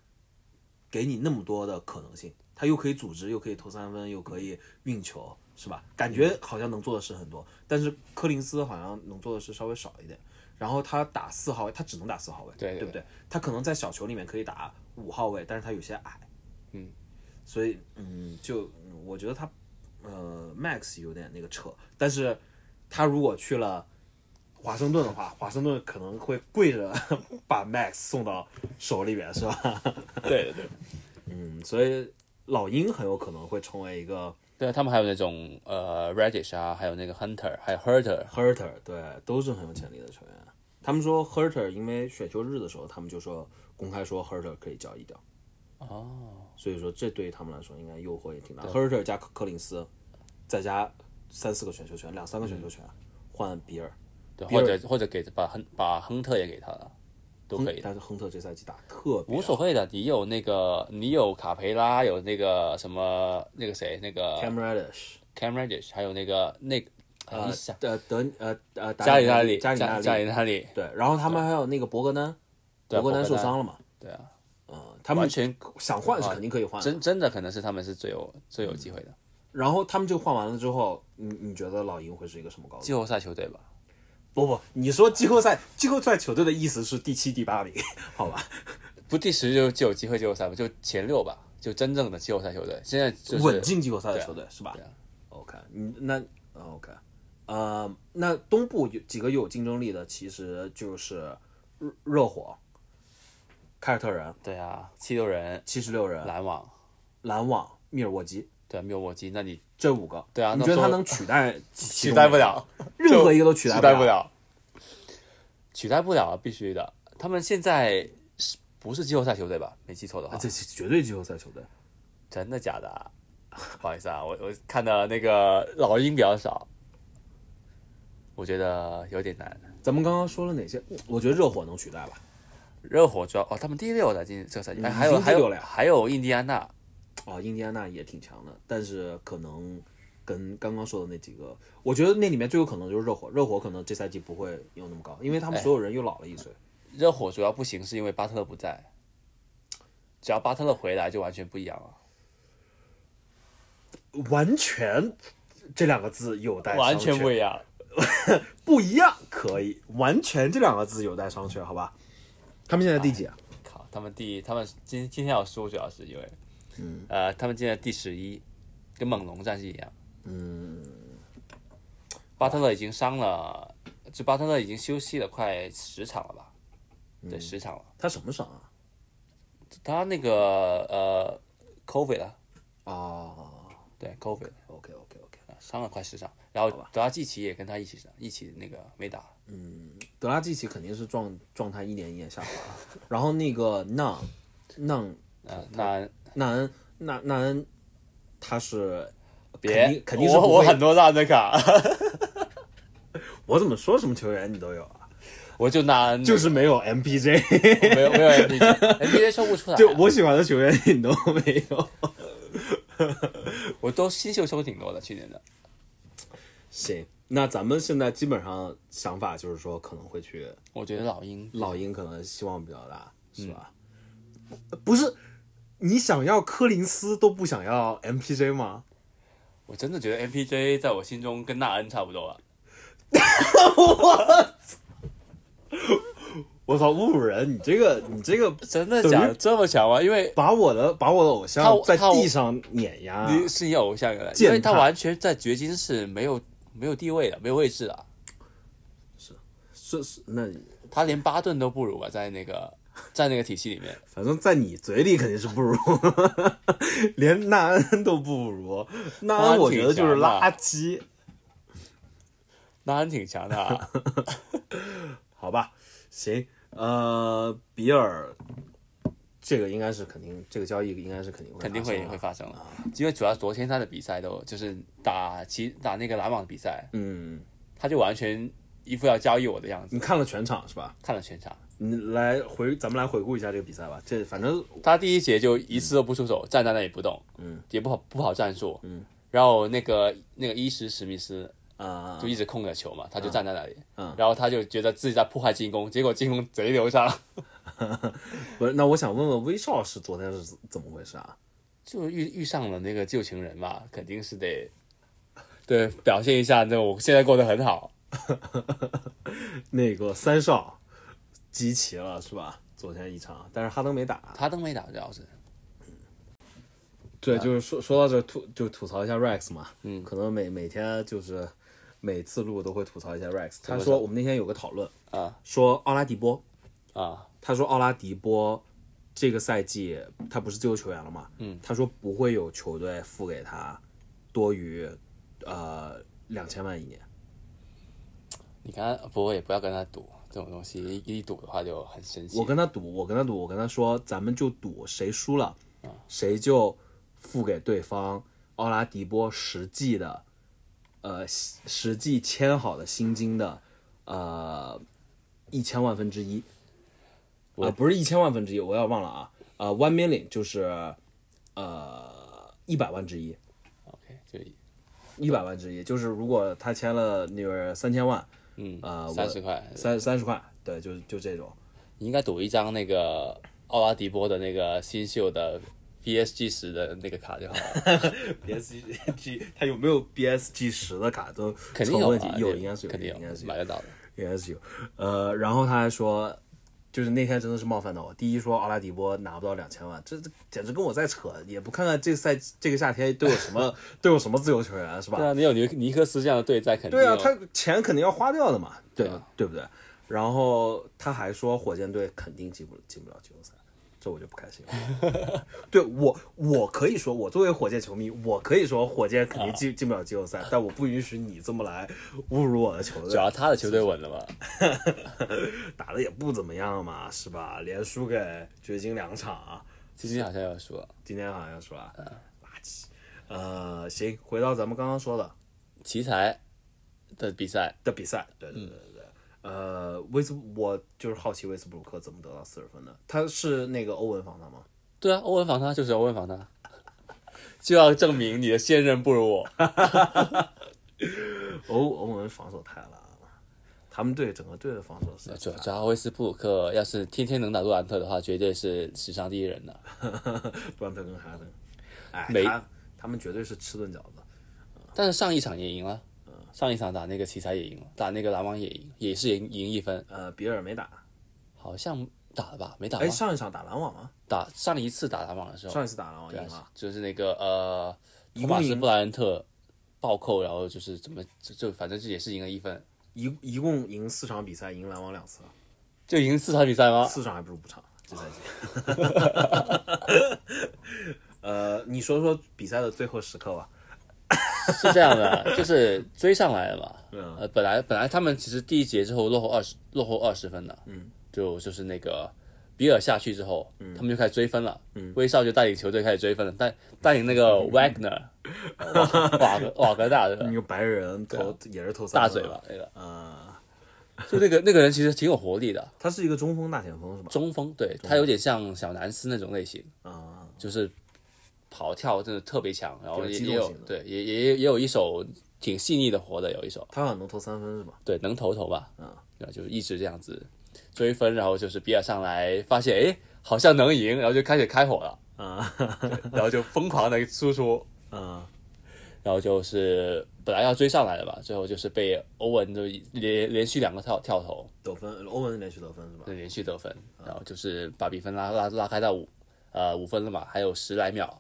A: 给你那么多的可能性。他又可以组织，又可以投三分，又可以运球，是吧？感觉好像能做的事很多，但是柯林斯好像能做的事稍微少一点。然后他打四号位，他只能打四号位，
B: 对对
A: 不对？他可能在小球里面可以打五号位，但是他有些矮，
B: 嗯，
A: 所以嗯，就嗯我觉得他呃 Max 有点那个扯，但是他如果去了华盛顿的话，华盛顿可能会跪着 把 Max 送到手里边，是吧？
B: 对对对，
A: 嗯，所以老鹰很有可能会成为一个
B: 对他们还有那种呃 Radish 啊，还有那个 Hunter，还有 Herter，
A: Herter，对，都是很有潜力的球员。他们说 Herter，因为选秀日的时候，他们就说公开说 Herter 可以交易掉。哦，所以说这对于他们来说应该诱惑也挺大。Herter 加科柯林斯，再加三四个选秀权，两三个选秀权、
B: 嗯
A: 换比尔，
B: 对，
A: 比尔
B: 或者或者给把亨把亨特也给他了，都可以的，
A: 但是亨特这赛季打特别
B: 无所谓的。你有那个你有卡培拉，有那个什么那个谁那个
A: Cam Radish，
B: Cam Radish，还有那个那个哎一
A: 呃
B: 下
A: 呃德呃呃
B: 加里纳
A: 里
B: 利
A: 加
B: 加
A: 纳
B: 加
A: 利
B: 里纳利，
A: 对，然后他们还有那个博格丹，
B: 对
A: 博格丹
B: 博
A: 受
B: 格丹
A: 伤了嘛？
B: 对啊，
A: 嗯，他们
B: 完全
A: 想换是肯定可以换的，
B: 真真的可能是他们是最有最有机会
A: 嗯
B: 的
A: 然后他们就换完了之后，你你觉得老鹰会是一个什么高度？
B: 季后赛球队吧。
A: 不不，你说季后赛，季后赛球队的意思是第七、第八名， 好吧？
B: 不第十就就有机会季后赛吧，就前六吧，就真正的季后赛球队。现在就是
A: 稳进季后赛的球队、是吧
B: 对啊
A: o k 你那呃 OK，呃，那东部有几个有竞争力的，其实就是热热火、凯尔特人、
B: 对啊，七六人、
A: 七十六人、
B: 篮网，
A: 篮网、密尔沃基
B: 对啊，密尔沃基，那你
A: 这五个。
B: 对
A: 嗯
B: 啊
A: 你
B: 那
A: 觉得他
B: 说
A: 能取 代其
B: 取
A: 中
B: 代
A: 哪
B: 不
A: 个
B: 了，
A: 任何一个都取
B: 取
A: 代
B: 代不了，取代不了啊，必须的。他们现在是不是季后赛球队吧？没记错的话
A: 啊，这是绝对季后赛球队。
B: 真的假的啊？不好意思啊，我我看的那个老鹰比较少，我觉得有点难。
A: 咱们刚刚说了哪些？我觉得热火能取代吧。
B: 热火主要哦，他们第六的今这个赛季，哎
A: 嗯
B: 还
A: 已
B: 有
A: 经第
B: 还
A: 六
B: 有
A: 了呀
B: 还有印第安纳，
A: 啊，印第安纳也挺强的，但是可能跟刚刚说的那几个，我觉得那里面最有可能就是热火，热火可能这赛季不会有那么高，因为他
B: 哎
A: 们所有人又老了一岁。
B: 热火主要不行是因为巴特勒不在，只要巴特勒回来就完全不一样了，
A: 完全这两个字有待
B: 完全
A: 哎
B: 不
A: 不
B: 一样。
A: 不一样，可以，完全这两个字有待商榷，好吧？他们现在第几啊？
B: 靠，他们第他们今今天要输，主要是因为，嗯，呃，他们现在第十一，跟猛龙战绩一样。嗯，巴特勒已经伤了，这巴特勒已经休息了快十场了吧？
A: 嗯
B: 对，十场了。
A: 他什么伤啊？
B: 他那个呃，COVID 了，
A: 哦
B: 对，COVID
A: ，OK OK OK，
B: 啊伤了快十场，然后德拉季奇也跟他一起上，一起那个没打。
A: 德拉季奇肯定是状状态一年一年下滑了，然后那个纳纳
B: 呃，那
A: 纳恩纳纳恩，他是肯
B: 别
A: 定，肯定是不
B: 我我
A: 会
B: 很多烂的卡，
A: 我怎么说什么球员你都有啊？
B: 我就拿
A: 就是没有 MPJ，
B: 没有没有 NBA，NBA 说不出来啊，
A: 就我喜欢的球员你都没有。
B: 我都新秀收挺多的，去年的
A: 行，那咱们现在基本上想法就是说，可能会去
B: 我觉得老鹰
A: 老鹰，可能希望比较大，是吧？嗯不是，你想要柯林斯都不想要 MPJ 吗？
B: 我真的觉得 MPJ 在我心中跟纳恩差不多啊了，
A: 我操，侮辱人！你这个，你这个
B: 真的假
A: 等
B: 的这么强吗？因为
A: 把我的把我的偶像
B: 他
A: 在
B: 他
A: 地上碾压，
B: 你是你偶像原来，
A: 践
B: 因
A: 踏
B: 为他完全在掘金是没有没有地位的，没有位置的，
A: 是是那你，
B: 他连巴顿都不如吧，在那个在那个体系里面，
A: 反正在你嘴里肯定是不如， 连纳恩都不如。纳恩我觉得就是垃圾，
B: 纳恩挺强的啊，
A: 好吧？行，呃，比尔这个应该是肯定，这个交易应该是肯定会
B: 肯定
A: 发
B: 会
A: 生
B: 会
A: 的
B: 发生了，因为主要昨天他的比赛都就是打其打那个篮网的比赛，
A: 嗯，
B: 他就完全一副要交易我的样子，
A: 你看了全场是吧？
B: 看了全场。
A: 你来回，咱们来回顾一下这个比赛吧。这反正
B: 他第一节就一次都不出手，站在那里不动，
A: 嗯，
B: 也不跑不跑战术，嗯，然后那个那个伊什史密斯
A: 啊、
B: 就一直控着球嘛，他就站在那里，
A: 嗯
B: 然后他就觉得自己在破坏进攻，结果进攻贼流 畅，
A: 不是，那我想问问威少是昨天是怎么回事啊？
B: 就遇遇上了那个旧情人嘛，肯定是得 对，表现一下，那我现在过得很好。
A: 那个三少集齐了是吧？昨天一场，但是哈登没打。
B: 哈登没打，主要是
A: 对，就是说说到这吐就吐槽一下 Rex 嘛，啊嗯，可能每每天就是每次录都会吐槽一下 Rex。他说我们那天有个讨论
B: 啊，
A: 说奥拉迪波，
B: 啊，
A: 他说奥拉迪波这个赛季他不是自由球员了嘛，嗯，他说不会有球队付给他多于呃两千万一年。
B: 你跟他不会不要跟他赌这种东西，一一赌的话就很生气
A: 我。跟他赌，我跟他赌，我跟他说，咱们就赌谁输了，谁就付给对方奥拉迪波实际的，呃，实实际签好的薪金的，呃，一千万分之一，啊、不是一千万分之一，我要忘了啊，呃，one million 就是呃一百万之一，
B: OK，就
A: 一百万之一，就是如果他签了那个三千万，嗯，呃，我
B: 三十块，
A: 三三十块，对，就就这种。
B: 你应该赌一张那个奥拉迪波的那个新秀的 PSG 十的那个卡就好 了。
A: BSG 它有没有 BSG 十的卡都
B: 肯定有
A: 成
B: 啊
A: 问题，
B: 有
A: 应该是有，
B: 肯定
A: 应该是有
B: 买，得到的。
A: 应该是有。呃，然后他还说，就是那天真的是冒犯到我。第一说奥拉迪波拿不到两千万，这这简直跟我在扯，也不看看这赛这个夏天都有什 么都有什么自由球员是吧
B: 对？啊，你有尼尼克斯这样的队在，肯定
A: 对啊，
B: 有
A: 他钱肯定要花掉的嘛，对对不对？然后他还说火箭队肯定进不进不了季后赛，这我就不开心了。对我，我可以说，我作为火箭球迷，我可以说火箭肯定进、进不了季后赛，但我不允许你这么来侮辱我的球
B: 主
A: 队，
B: 要他的球队稳了嘛。
A: 打的也不怎么样嘛，是吧？连输给掘金两场啊，
B: 最近好像要输了，
A: 今天好像是吧？垃圾。呃，行，回到咱们刚刚说的，
B: 奇才的比赛，
A: 的比赛。嗯对对对对对。呃，威斯我就是好奇威斯布鲁克怎么得到四十分的？他是那个欧文防他吗？
B: 对啊，欧文防他就是欧文防他，就要证明你的现任不如我。
A: 欧欧文防守太烂了，他们队整个队的防守是
B: 主主要威斯布鲁克要是天天能打杜兰特的话，绝对是史上第一人的。
A: 杜兰特跟哈登，哎，
B: 没
A: 他他们绝对是吃顿饺子。
B: 但是上一场也赢了，上一场打那个奇才也赢了，打那个篮网也赢，也是赢赢一分，
A: 呃，比尔没打，
B: 好像打了吧？没打吗
A: 哎，？上一场打篮网吗？
B: 打上一次打篮网的时候，
A: 上一次打篮网
B: 对
A: 赢
B: 啊
A: 了，，
B: 就是那个呃，托
A: 共
B: 马斯
A: 赢
B: 布莱恩特暴扣，然后就是怎么就就反正就也是赢了一分，
A: 一一共赢四场比赛，赢篮网两次，
B: 就赢四场比赛吗？
A: 四场还不如五场，这赛季。 呃，你说说比赛的最后时刻吧。
B: 是这样的，就是追上来了嘛。呃，本来本来他们其实第一节之后落后二十落后二十分的，嗯，就就是那个比尔下去之后，他们就开始追分了。嗯，威少就带领球队开始追分了，带带领那 个 Wagner，瓦瓦格瓦格纳
A: 那
B: 的
A: 个白人投也是投三
B: 大
A: 分
B: 嘴巴那个，
A: 呃，
B: 就那个那个人其实挺有活力的，
A: 他是一个中锋大前锋是吧？
B: 中锋，对他有点像小南斯那种类型，
A: 啊、
B: 就是跑跳真的特别强，然后
A: 有
B: 也
A: 机
B: 也
A: 动
B: 有
A: 性的
B: 对也也也有一手挺细腻的活的，有一手。
A: 他好像能投三分是吧？
B: 对，能投投吧，嗯，然后就一直这样子追分，然后就是比尔上来发现，哎，好像能赢，然后就开始开火了，
A: 啊、
B: 然后就疯狂的输出，
A: 啊、
B: 然后就是本来要追上来的吧，最后就是被欧文就连连续两个跳跳投，
A: 得分，欧文连续得分是吧？
B: 就连续得分，然后就是把比分拉拉拉开到五呃五分了嘛，还有十来秒，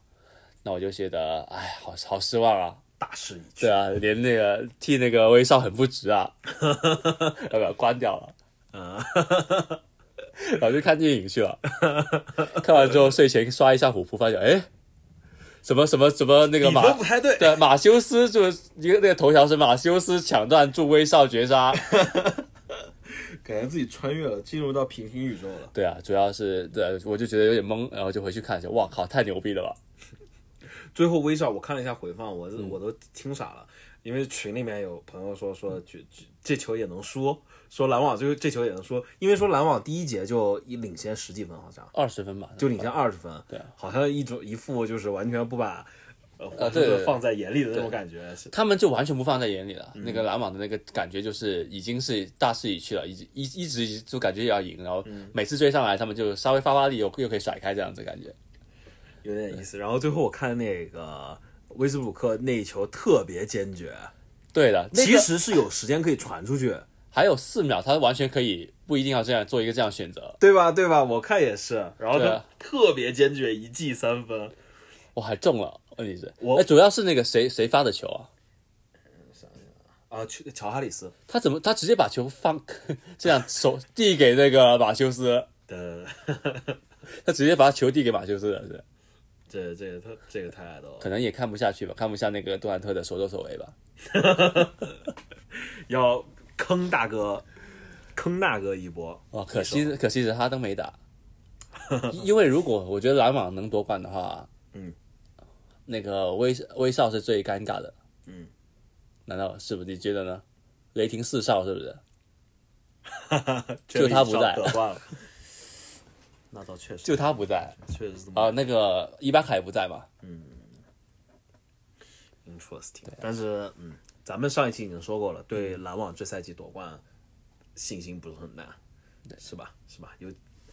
B: 那我就觉得，哎，好好失望啊。
A: 大势已去
B: 对。啊，连那个替那个威少很不值啊， 要不要关掉了？
A: 嗯
B: 然后去看电影去了，看完之后睡前刷一下虎扑，发现哎，什么什么什么那个
A: 比
B: 马
A: 分不太对，
B: 对马修斯就是一个那个头条是马修斯抢断助威少绝杀，
A: 感觉自己穿越了，进入到平行宇宙了。
B: 对啊，主要是对我就觉得有点懵，然后就回去看一下，哇靠，太牛逼了吧！
A: 最后威少，我看了一下回放，我
B: 嗯
A: 是我都听傻了，因为群里面有朋友说说这这这球也能输，说篮网最后这球也能输，因为说篮网第一节就一领先十几分好像。
B: 二十分吧，
A: 就领先二十分，
B: 嗯对，
A: 好像一种一副就是完全不把呃华盛
B: 啊对对
A: 顿
B: 对
A: 放在眼里的那种感觉，是
B: 他们就完全不放在眼里了。
A: 嗯
B: 那个篮网的那个感觉就是已经是大势已去了，一直一一直就感觉要赢，然后
A: 嗯
B: 每次追上来，他们就稍微发发力又又可以甩开这样子感觉。
A: 有点意思。然后最后我看那个威斯布鲁克那一球特别坚决，
B: 对的，那个
A: 其实是有时间可以传出去，
B: 还有四秒，他完全可以不一定要这样做一个这样选 择。
A: 对吧？对吧？我看也是，然后
B: 对
A: 他
B: 啊
A: 特别坚决，一记三分。
B: 我还中了，问题是，
A: 我
B: 哎，主要是那个谁谁发的球啊？
A: 啊，去乔哈里斯
B: 他怎么他直接把球放这样手递给那个马修斯，
A: 的
B: 他直接把球递给马修斯的是，
A: 这这个他这个太爱豆了，
B: 可能也看不下去吧，看不下那个杜兰特的所作所为吧。
A: 要坑大哥，坑大哥一波。
B: 哦，可惜可惜是哈登没 打，因为如果我觉得篮网能夺冠的话，
A: 嗯，
B: 那个威威少是最尴尬的，
A: 嗯，
B: 难道是不是？你觉得呢？雷霆四少是不是？
A: 就
B: 他不在
A: 得冠 了。那倒确实，
B: 就他不在
A: 确实是这么
B: 啊、那个伊巴卡也不在嘛？
A: interesting。但
B: 啊
A: 是，嗯，咱们上一期已经说过了，对篮网这赛季夺冠信心不是很大，是吧？是吧？有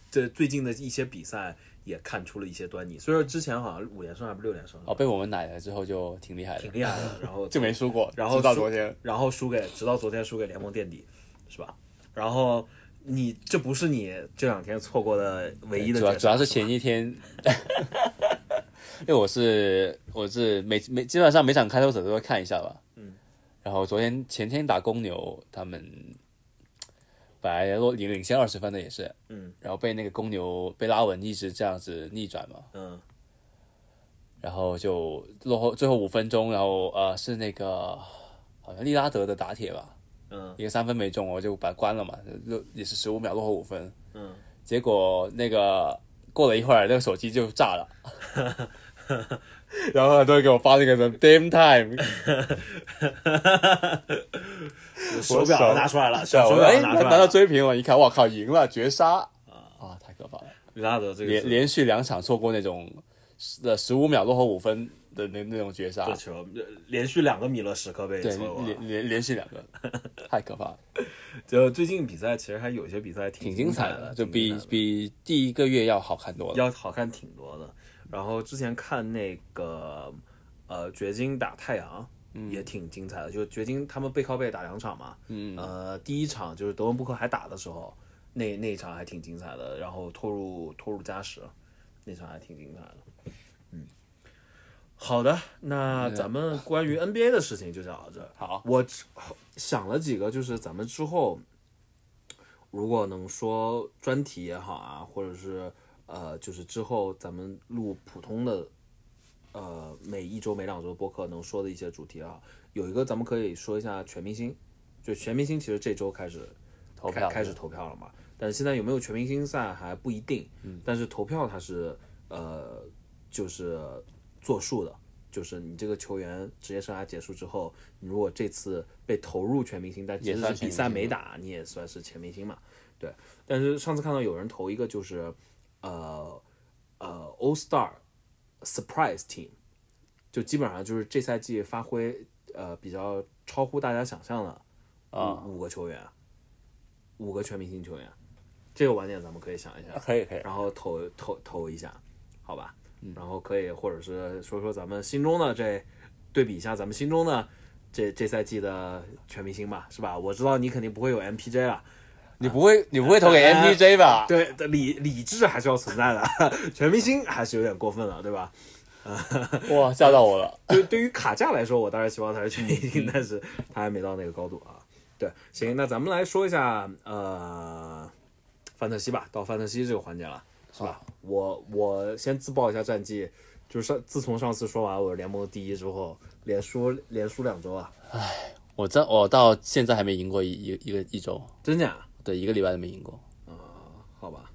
A: 这最近的一些比赛也看出了一些端倪。虽然之前好像五连胜还是六连胜，
B: 哦，被我们奶了之后就挺厉害的
A: 挺，厉害的，然后
B: 就没输过，
A: 然后
B: 直到
A: 输
B: 昨天。
A: 然后输给，直到昨天输给联盟垫底，是吧？然后你这不是你这两天错过的唯一的决
B: 主要
A: 赛，
B: 主要是
A: 吧
B: 前一天， 因为我是我是每每基本上每场开拓者都会看一下吧。嗯。然后昨天前天打公牛，他们本来落领领先二十分的也是，
A: 嗯，
B: 然后被那个公牛被拉文一直这样子逆转嘛，
A: 嗯
B: 然后就落后最后五分钟，然后呃是那个好像利拉德的打铁吧，
A: 嗯
B: 一个三分没中，我就把它关了嘛，就也是十五秒落后五分，
A: 嗯，
B: 结果那个过了一会儿，那个手机就 炸了，然后很多人给我发那个什么 damn time，
A: 手表拿出来了，
B: 对
A: 小
B: 我
A: 手
B: 说
A: 表
B: 哎，
A: 拿
B: 那
A: 出
B: 拿
A: 来
B: 到
A: 了。
B: 追平了，一看我靠，赢了，绝杀啊，太可怕了，
A: 里拉德这个
B: 连
A: 是
B: 连续两场错过那种呃十五秒落后五分的那那种绝杀
A: 这，球呃连续两个米勒时刻被
B: 啊对，
A: 错过了
B: 连。连连续两 个，太可怕了，
A: 就最近比赛其实还有些比赛挺
B: 嗯挺精彩
A: 彩
B: 的，
A: 的，
B: 就
A: 挺
B: 比
A: 精彩的
B: 比第一个月要好看多了。
A: 要好看挺多的。然后之前看那个呃掘金打太阳。
B: 嗯
A: 也挺精彩的，就掘金他们背靠背打两场嘛，嗯，呃，第一场就是德文布克还打的时候，那那一场还挺精彩的，然后拖入拖入加时，那场还挺精彩的，嗯，好的，那咱们关于 NBA 的事情就讲到这儿。
B: 好，
A: 我只想了几个，就是咱们之后如果能说专题也好啊，或者是呃，就是之后咱们录普通的呃每一周每两周的播客能说的一些主题啊，有一个咱们可以说一下全明星，就全明星其实这周开始
B: 投
A: 开
B: 票
A: 开始投票了嘛，但是现在有没有全明星赛还不一定，
B: 嗯
A: 但是投票它是呃就是作数的。就是你这个球员职业生涯结束之后，你如果这次被投入全明星，但其
B: 也
A: 实
B: 算
A: 是比
B: 全
A: 赛
B: 明星
A: 没打，你也算是全明星嘛。对，但是上次看到有人投一个就是，呃呃，All Star Surprise Team，就基本上就是这赛季发挥呃比较超乎大家想象的
B: 啊
A: 五五个球员，五个全明星球员，这个晚点咱们可以想一下。
B: 可以可以，
A: 然后投投投一下，好吧？然后可以或者是说说咱们心中的这对比一下咱们心中的这这赛季的全明星吧，是吧？我知道你肯定不会有 MPJ 了，
B: 你不会你不会投给 MPJ 吧？
A: 对，理理智还是要存在的， 全明星还是有点过分了，对吧？
B: 哇，吓 到我了。
A: 对，对于卡架来说，我当然希望他是全明星， 但是他还没到那个高度啊。对，行，那咱们来说一下呃，范特西吧，到范特西这个环节了，是吧？我我先自曝一下战绩，就是上自从上次说完我是联盟第一之后，连输连输两周啊，
B: 我这我到现在还没赢过一一一个一周，
A: 真假？
B: 对，一个礼拜都没赢过。
A: 好吧，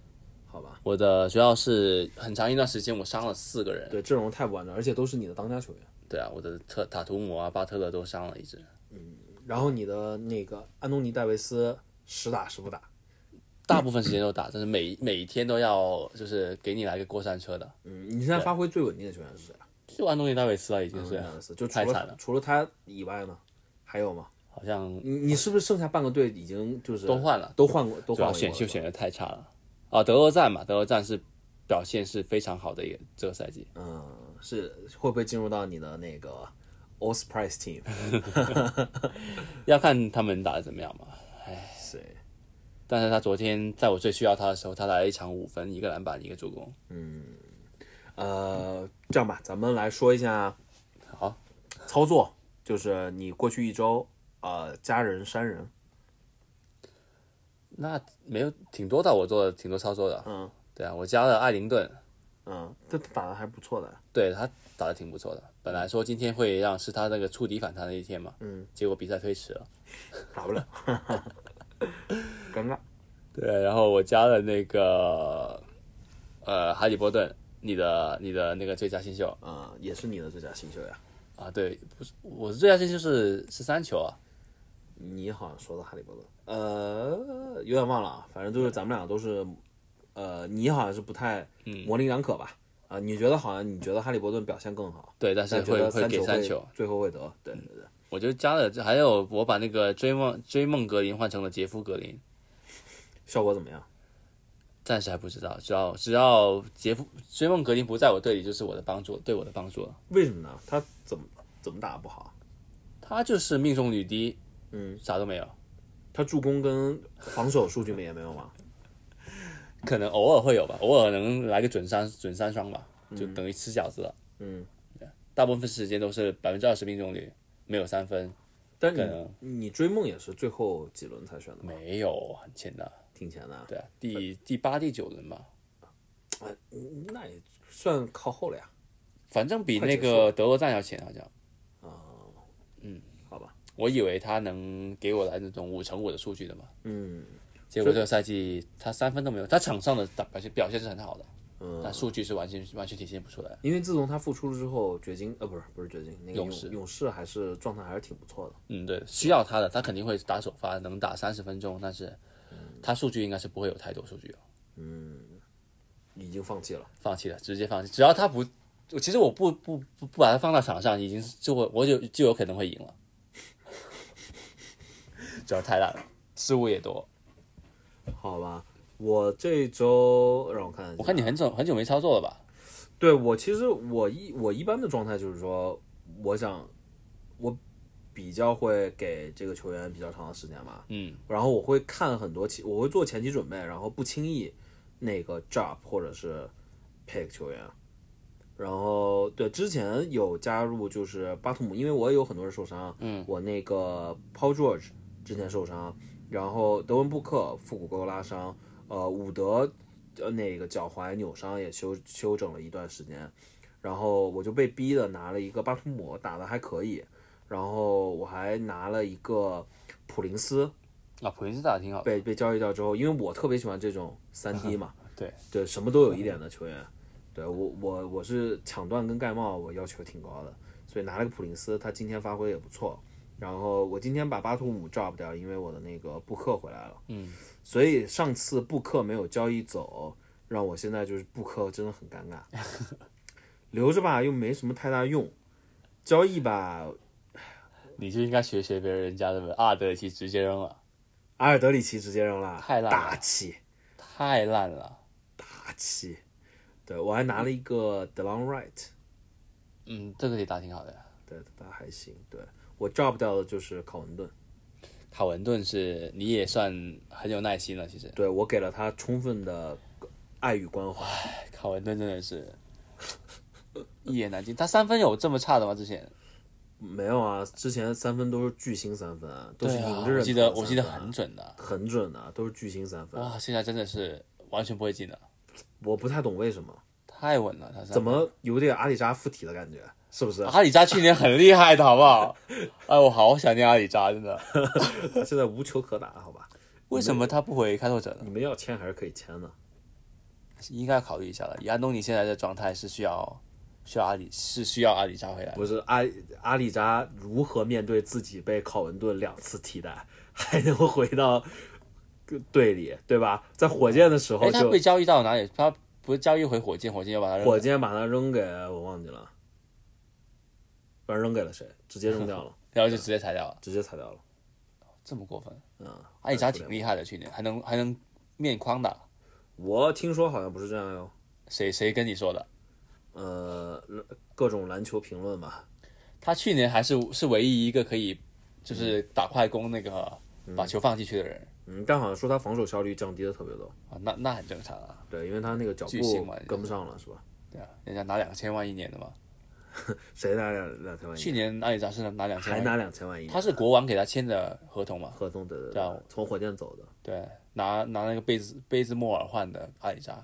A: 好吧，
B: 我的主要是很长一段时间我伤了四个人，
A: 对，阵容太不完整，而且都是你的当家球员。
B: 对啊，我的特塔图姆啊、巴特勒都伤了一只，
A: 然后你的那个安东尼戴维斯时打时不打，
B: 大部分时间都打，但是每每一天都要就是给你来个过山车的，
A: 嗯，你现在发挥最稳定的球员是谁啊？
B: 就安东尼戴维斯啊，已经
A: 安
B: 是
A: 东尼戴维斯，就除
B: 太惨
A: 了
B: 了，
A: 除了他以外呢，还有吗？
B: 好像
A: 你你是不是剩下半个队已经就是
B: 都换了，
A: 都换过都
B: 主
A: 换
B: 要
A: 过
B: 选秀
A: 了
B: 选的太差了啊。德罗赞嘛，德罗赞是表现是非常好的一个这个赛季，
A: 嗯，是会不会进入到你的那个 All Surprise Team？
B: 哎要看他们打的怎么样嘛。
A: 是，
B: 但是他昨天在我最需要他的时候，他来了一场五分，一个篮板，一个助攻。
A: 呃，这样吧，咱们来说一下
B: 好，
A: 操作，就是你过去一周呃加人删人，
B: 那没有挺多的，我做的挺多操作的。
A: 嗯，
B: 对啊，我加了艾灵顿，
A: 嗯，这打的还不错的，
B: 对他打的挺不错的。本来说今天会让是他那个触底反弹的一天嘛，嗯，结果比赛推迟了。
A: 打不了， 尴尬。
B: 对，然后我加了那个呃哈利波顿，你的你的那个最佳新秀
A: 啊、也是你的最佳新秀呀。
B: 啊，对，不是我的最佳新秀是是三球啊，
A: 你好像说的哈利波特，呃，有点忘了啊，反正就是咱们两个都是，呃，你好像是不太
B: 嗯
A: 模棱两可吧？啊、你觉得好像你觉得哈利波顿表现更好，
B: 对，但是
A: 但觉
B: 会
A: 得
B: 会
A: 三
B: 给
A: 会
B: 三球，嗯
A: 最后会得，对对对，
B: 我就加了，还有我把那个追梦追梦格林换成了杰夫格林，
A: 效果怎么样？
B: 暂时还不知道，只要只要杰夫追梦格林不在我队里，就是我的帮助，对我的帮助了。
A: 为什么呢？他怎么怎么打不好？
B: 他就是命中率低，嗯，啥都没有，
A: 他助攻跟防守数据没也没有吗？
B: 可能偶尔会有吧，偶尔能来个准三准三双吧，就等于吃饺子了。
A: 嗯，
B: 大部分时间都是百分之二十命中率，没有三分，
A: 但你、
B: 可能
A: 你追梦也是最后几轮才选的吗？
B: 啊没有很简单。
A: 挺前的啊，
B: 对啊，第第八、第九轮吧，
A: 那也算靠后了呀。
B: 反正比
A: 快结
B: 那
A: 束
B: 个德罗赞要前好像。
A: 啊好吧，
B: 我以为他能给我来那种五乘五的数据的嘛，
A: 嗯，
B: 结果这个赛季他三分都没有，他场上的打表现表现是很好的，
A: 嗯
B: 但数据是完全完全体现不出来。
A: 因为自从他复出了之后，掘金呃不是不是掘金，那个
B: 勇
A: 勇
B: 士
A: 勇士还是状态还是挺不错的。
B: 嗯，对，需要他的，他肯定会打首发，能打三十分钟，但是他数据应该是不会有太多数据了，
A: 已经放弃了，
B: 放弃了，直接放弃。只要他不，我其实我不不不不把他放到场上，已经是就会我就就有可能 会赢了，主要太烂了，失误也多。
A: 好吧。我这周让我看一下，
B: 我看你很久很久没操作了吧？
A: 对我其实我一我一般的状态就是说，我想我比较会给这个球员比较长的时间嘛，
B: 嗯，
A: 然后我会看很多期，我会做前期准备，然后不轻易那个 drop 或者是 pick 球员。然后对之前有加入就是巴图姆，因为我也有很多人受伤，嗯，我那个 Paul George 之前受伤，然后德文布克腹股沟拉伤，呃，伍德呃那个脚踝扭伤也休休整了一段时间，然后我就被逼的拿了一个巴图姆，打的还可以，然后我还拿了一个普林斯，
B: 啊，普林斯打的挺好的，
A: 被被交易掉之后，因为我特别喜欢这种三 D 嘛，
B: 对
A: 对，什么都有一点的球员。对我我我是抢断跟盖帽，我要求挺高的，所以拿了个普林斯，他今天发挥也不错。然后我今天把巴图姆 drop 掉，因为我的那个布克回来了，嗯，所以上次布克没有交易走，让我现在就是布克真的很尴 尬，留着吧又没什么太大用，交易吧
B: 你就应该学学别人家的阿德里奇直接扔了，
A: 阿尔德里奇直接扔了，
B: 太烂了
A: 大气。
B: 太烂了。
A: 大气。对我还拿了一个 Delon Wright，
B: 嗯，这个也打挺好的呀。
A: 对他还行。对我 drop 掉的就是考文顿，
B: 卡文顿是你也算很有耐心了，其实。
A: 对我给了他充分的爱与关怀。
B: 哎卡文顿真的是 一言难尽，他三分有这么差的吗？之前
A: 没有啊，之前三分都是巨星三分，都是
B: 对啊
A: 迎着人投的三分、啊
B: 我记得我记得很哦准的。
A: 很准的、都是巨星三分。
B: 哇，现在真的是完全不会进的，
A: 我不太懂为什么，
B: 太稳了。他
A: 怎
B: 怎
A: 么有点阿里扎附体的感觉，是不是？
B: 阿里扎去年很厉害的好不 好？哎，我好想念阿里扎，真的。
A: 他现在无球可打，好吧？
B: 为什么他不回开拓者呢？
A: 你们要签还是可以签的。
B: 应该考虑一下了。以安东尼现在的状态是需要需要阿里是需要阿里扎回来的。
A: 不是阿阿里扎如何面对自己被考文顿两次替代， 还能回到队里，对吧？在火箭的时候
B: 哎，他
A: 就
B: 被交易到哪里？他不是交易回火箭，火箭又把他扔了
A: 火箭把他扔给我忘记了，不然扔给了谁？直接扔掉了，
B: 然后就直接裁掉了，
A: 直接裁掉了。
B: 这么过分？
A: 嗯，
B: 阿里扎挺厉害的，去年还能还能面框打，
A: 我听说好像不是这样哟。
B: 谁谁跟你说的？
A: 呃各种篮球评论吧。
B: 他去年还是是唯一一个可以就是打快攻那个把球放进去的人、
A: 嗯，但好像说他防守效率降低的特别多。
B: 啊，那那很正常啊。
A: 对，因为他那个脚
B: 巨星
A: 步
B: 嘛
A: 跟不上了，是吧？
B: 对啊，人家拿两千万一年的嘛，
A: 谁拿两两千万一
B: 去
A: 年？
B: 年阿里扎是拿两千
A: 还
B: 万，
A: 拿两千万一年？
B: 他是国王给他签的合同嘛，
A: 合同对对
B: 对啊
A: 从火箭走的。
B: 对，拿拿那个贝兹贝兹莫尔换的阿里扎，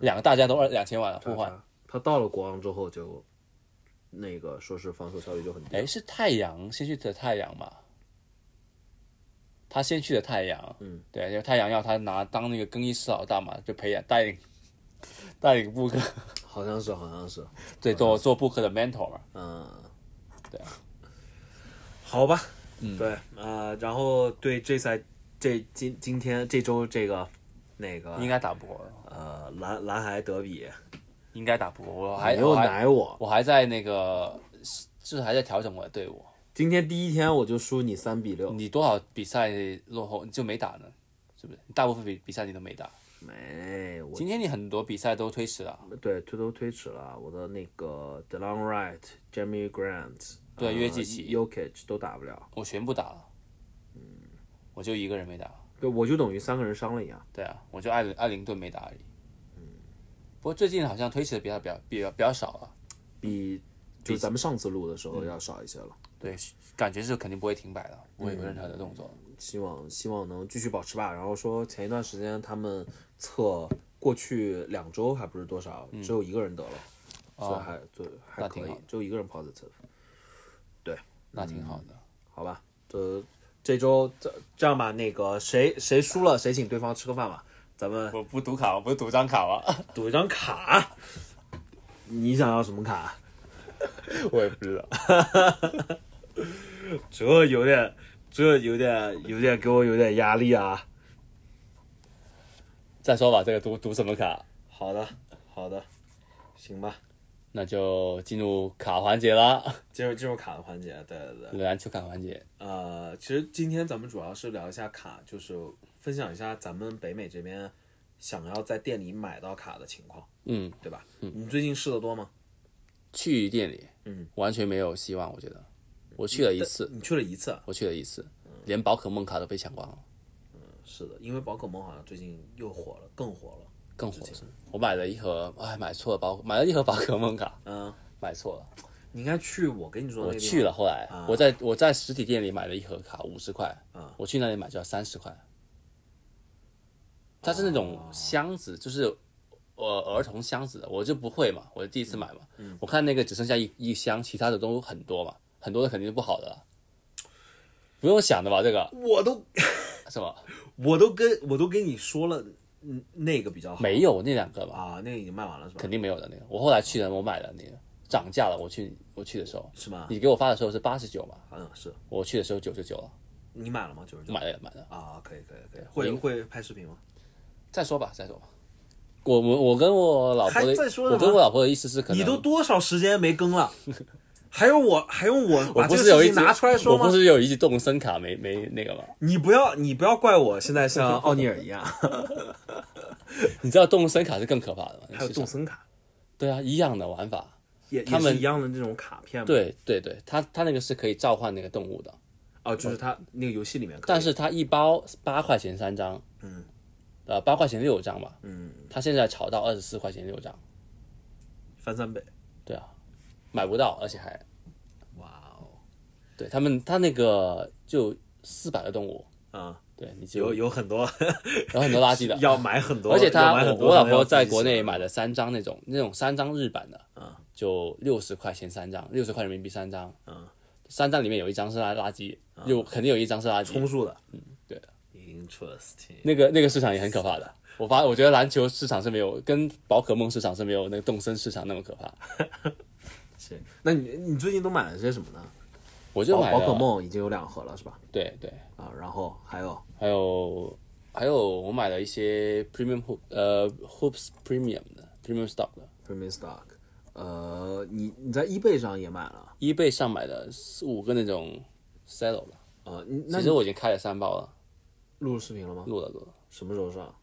B: 两个大家都二两千万了互换。
A: 他到了国王之后就那个说是防守效率就很低。
B: 哎，是太阳先去的太阳嘛？他先去的太阳，嗯，对，因为太阳要他拿当那个更衣室老大嘛，就培养带领带领布克，
A: 好像是，好像是，
B: 对，做做布克的 mentor 嘛。
A: 嗯，
B: 对啊，
A: 好吧，嗯，对，呃，然后对这赛这今今天这周这个那个
B: 应该打不过，
A: 呃蓝蓝海德比，
B: 应该打不过。我还
A: 你又
B: 我还
A: 奶我，
B: 我还在那个，就是还在调整我的队伍。
A: 今天第一天我就输你三比六，
B: 你多少比赛落后你就没打呢？是不是？大部分比比赛你都没打。
A: 没我。
B: 今天你很多比赛都推迟了，
A: 对，推都推迟了。啊我的那个 Delon Wright、Jeremy Grant，
B: 对
A: 呃
B: 约基奇
A: Yokich 都打不了，
B: 我全部打了，嗯，我就一个人没打。
A: 对，我就等于三个人伤了一样。
B: 对啊，我就艾伦艾灵顿没打而已。嗯，不过最近好像推迟的比较比较比较比较少了，
A: 比就是咱们上次录的时候
B: 嗯
A: 要少一些了。
B: 对，感觉是肯定不会停摆了，不会有任何的动作。
A: 希望希望能继续保持吧。然后说前一段时间他们测过去两周还不是多少，只有一个人得了，所以
B: 啊
A: 还就还
B: 嗯哦那
A: 可
B: 挺
A: 以
B: 好，
A: 只有一个人 positive，
B: 那挺好的。
A: 好吧？这这周这这样吧，那个谁谁输了谁请对方吃个饭吧，咱们
B: 嗯我不赌卡，我不是赌张卡吗？
A: 赌一张卡。你想要什么卡？
B: 我也不知 道。
A: 这有点，这有点，有点给我有点压力啊。
B: 再说吧，这个赌赌什么卡？
A: 好的，好的，行吧，
B: 那就进入卡环节啦，
A: 进入进入卡的环节，对对对。
B: 篮球卡环节。
A: 呃，其实今天咱们主要是聊一下卡，就是分享一下咱们北美这边想要在店里买到卡的情况，
B: 嗯，
A: 对吧？你最近试的多吗？
B: 去店里，
A: 嗯，
B: 完全没有希望，我觉得。我去了一次，
A: 你去了一次啊？
B: 我去了一次，连宝可梦卡都被抢光了，
A: 是的，因为宝可梦好像最近又火了，更火了。
B: 更火是。我买了一盒，哎，买错了宝，买了一盒宝可梦卡，
A: 嗯，
B: 买错了。
A: 你应该去我跟你说的
B: 我
A: 那地方啊
B: 去了，后来我在我在实体店里买了一盒卡，五十块，我去那里买就要三十块。它是那种
A: 哦
B: 箱子，就是呃儿童箱子的，我就不会嘛，我第一
A: 嗯
B: 次买嘛，我看那个只剩下一一箱，其他的都很多嘛，很多的肯定是不好的了，不用想的吧？这个
A: 我都
B: 什么
A: 我都跟我都跟你说了，嗯，那个比较好。
B: 没有那两个吧，
A: 啊，那个已经卖完了是吧？
B: 肯定没有的那个。我后来去了，我买了那个涨价了，我去我去的时候，
A: 是吗？
B: 你给我发的时候是八十九嘛，
A: 好像是。
B: 我去的时候九十九了，
A: 你买了吗？九十九。
B: 买了买了。
A: 啊，可以可以可以。会会拍视频吗？
B: 再说吧，再说吧。我我我跟我老婆
A: 还
B: 的，
A: 再说呢
B: 我跟我老婆的意思是，可能
A: 你都多少时间没更了？还用我还用我
B: 我
A: 把
B: 不
A: 这个
B: 是有
A: 事
B: 一
A: 情拿出来说
B: 我
A: 吗
B: 不？是有一集动森卡没没那个吗？
A: 你不要你不要怪我现在 像奥尼尔一样，
B: 你知道动森卡是更可怕的吗？
A: 还有
B: 是
A: 动森卡
B: 对啊，一样的玩法。
A: 也
B: 他们
A: 也是一样的这种卡片嘛。
B: 对对对，它它那个是可以召唤那个动物的，
A: 哦，就是它那个游戏里面可以，
B: 但是它一包八块钱三张，嗯，呃八块钱六张吧，嗯，它现在炒到二十四块钱六张，
A: 翻三倍。
B: 对啊，买不到，而且还
A: 哇哦，
B: 对他们他那个就四百个动物，
A: 啊，
B: 对你就
A: 有有很多
B: 有很多垃圾的，
A: 要买很多，
B: 而且
A: 要
B: 他
A: 买
B: 我
A: 很多
B: 我老
A: 可能要
B: 婆
A: 自己嗯
B: 在国内
A: 想
B: 买了三张那种那种三张日版的，就六十块钱三张，六十块人民币三张，
A: 嗯
B: 三张里面有一张是垃垃圾，有肯定有一张是垃圾，
A: 充数的。嗯，
B: 对。
A: Interesting。
B: 那个那个市场也很可怕的。我发我觉得篮球市场是没有跟宝可梦市场是没有那个动森市场那么可怕，
A: 是，那你你最近都买了些什么呢？
B: 我就
A: 宝
B: 买
A: 宝
B: 了
A: 可，梦已经有两盒了是吧？
B: 对对，
A: 啊，然后还有
B: 还有还有我买了一些 premium hoop 呃 hoops premium 的 premium stock 的
A: Premium Stock。呃，你你在 eBay 上也买了？
B: ，eBay 上买的四五个那种 sell 了，
A: 呃，你那
B: 其
A: 你
B: 实我已经开了三包了，
A: 录视频了吗？
B: 录了录了。
A: 什么时候上？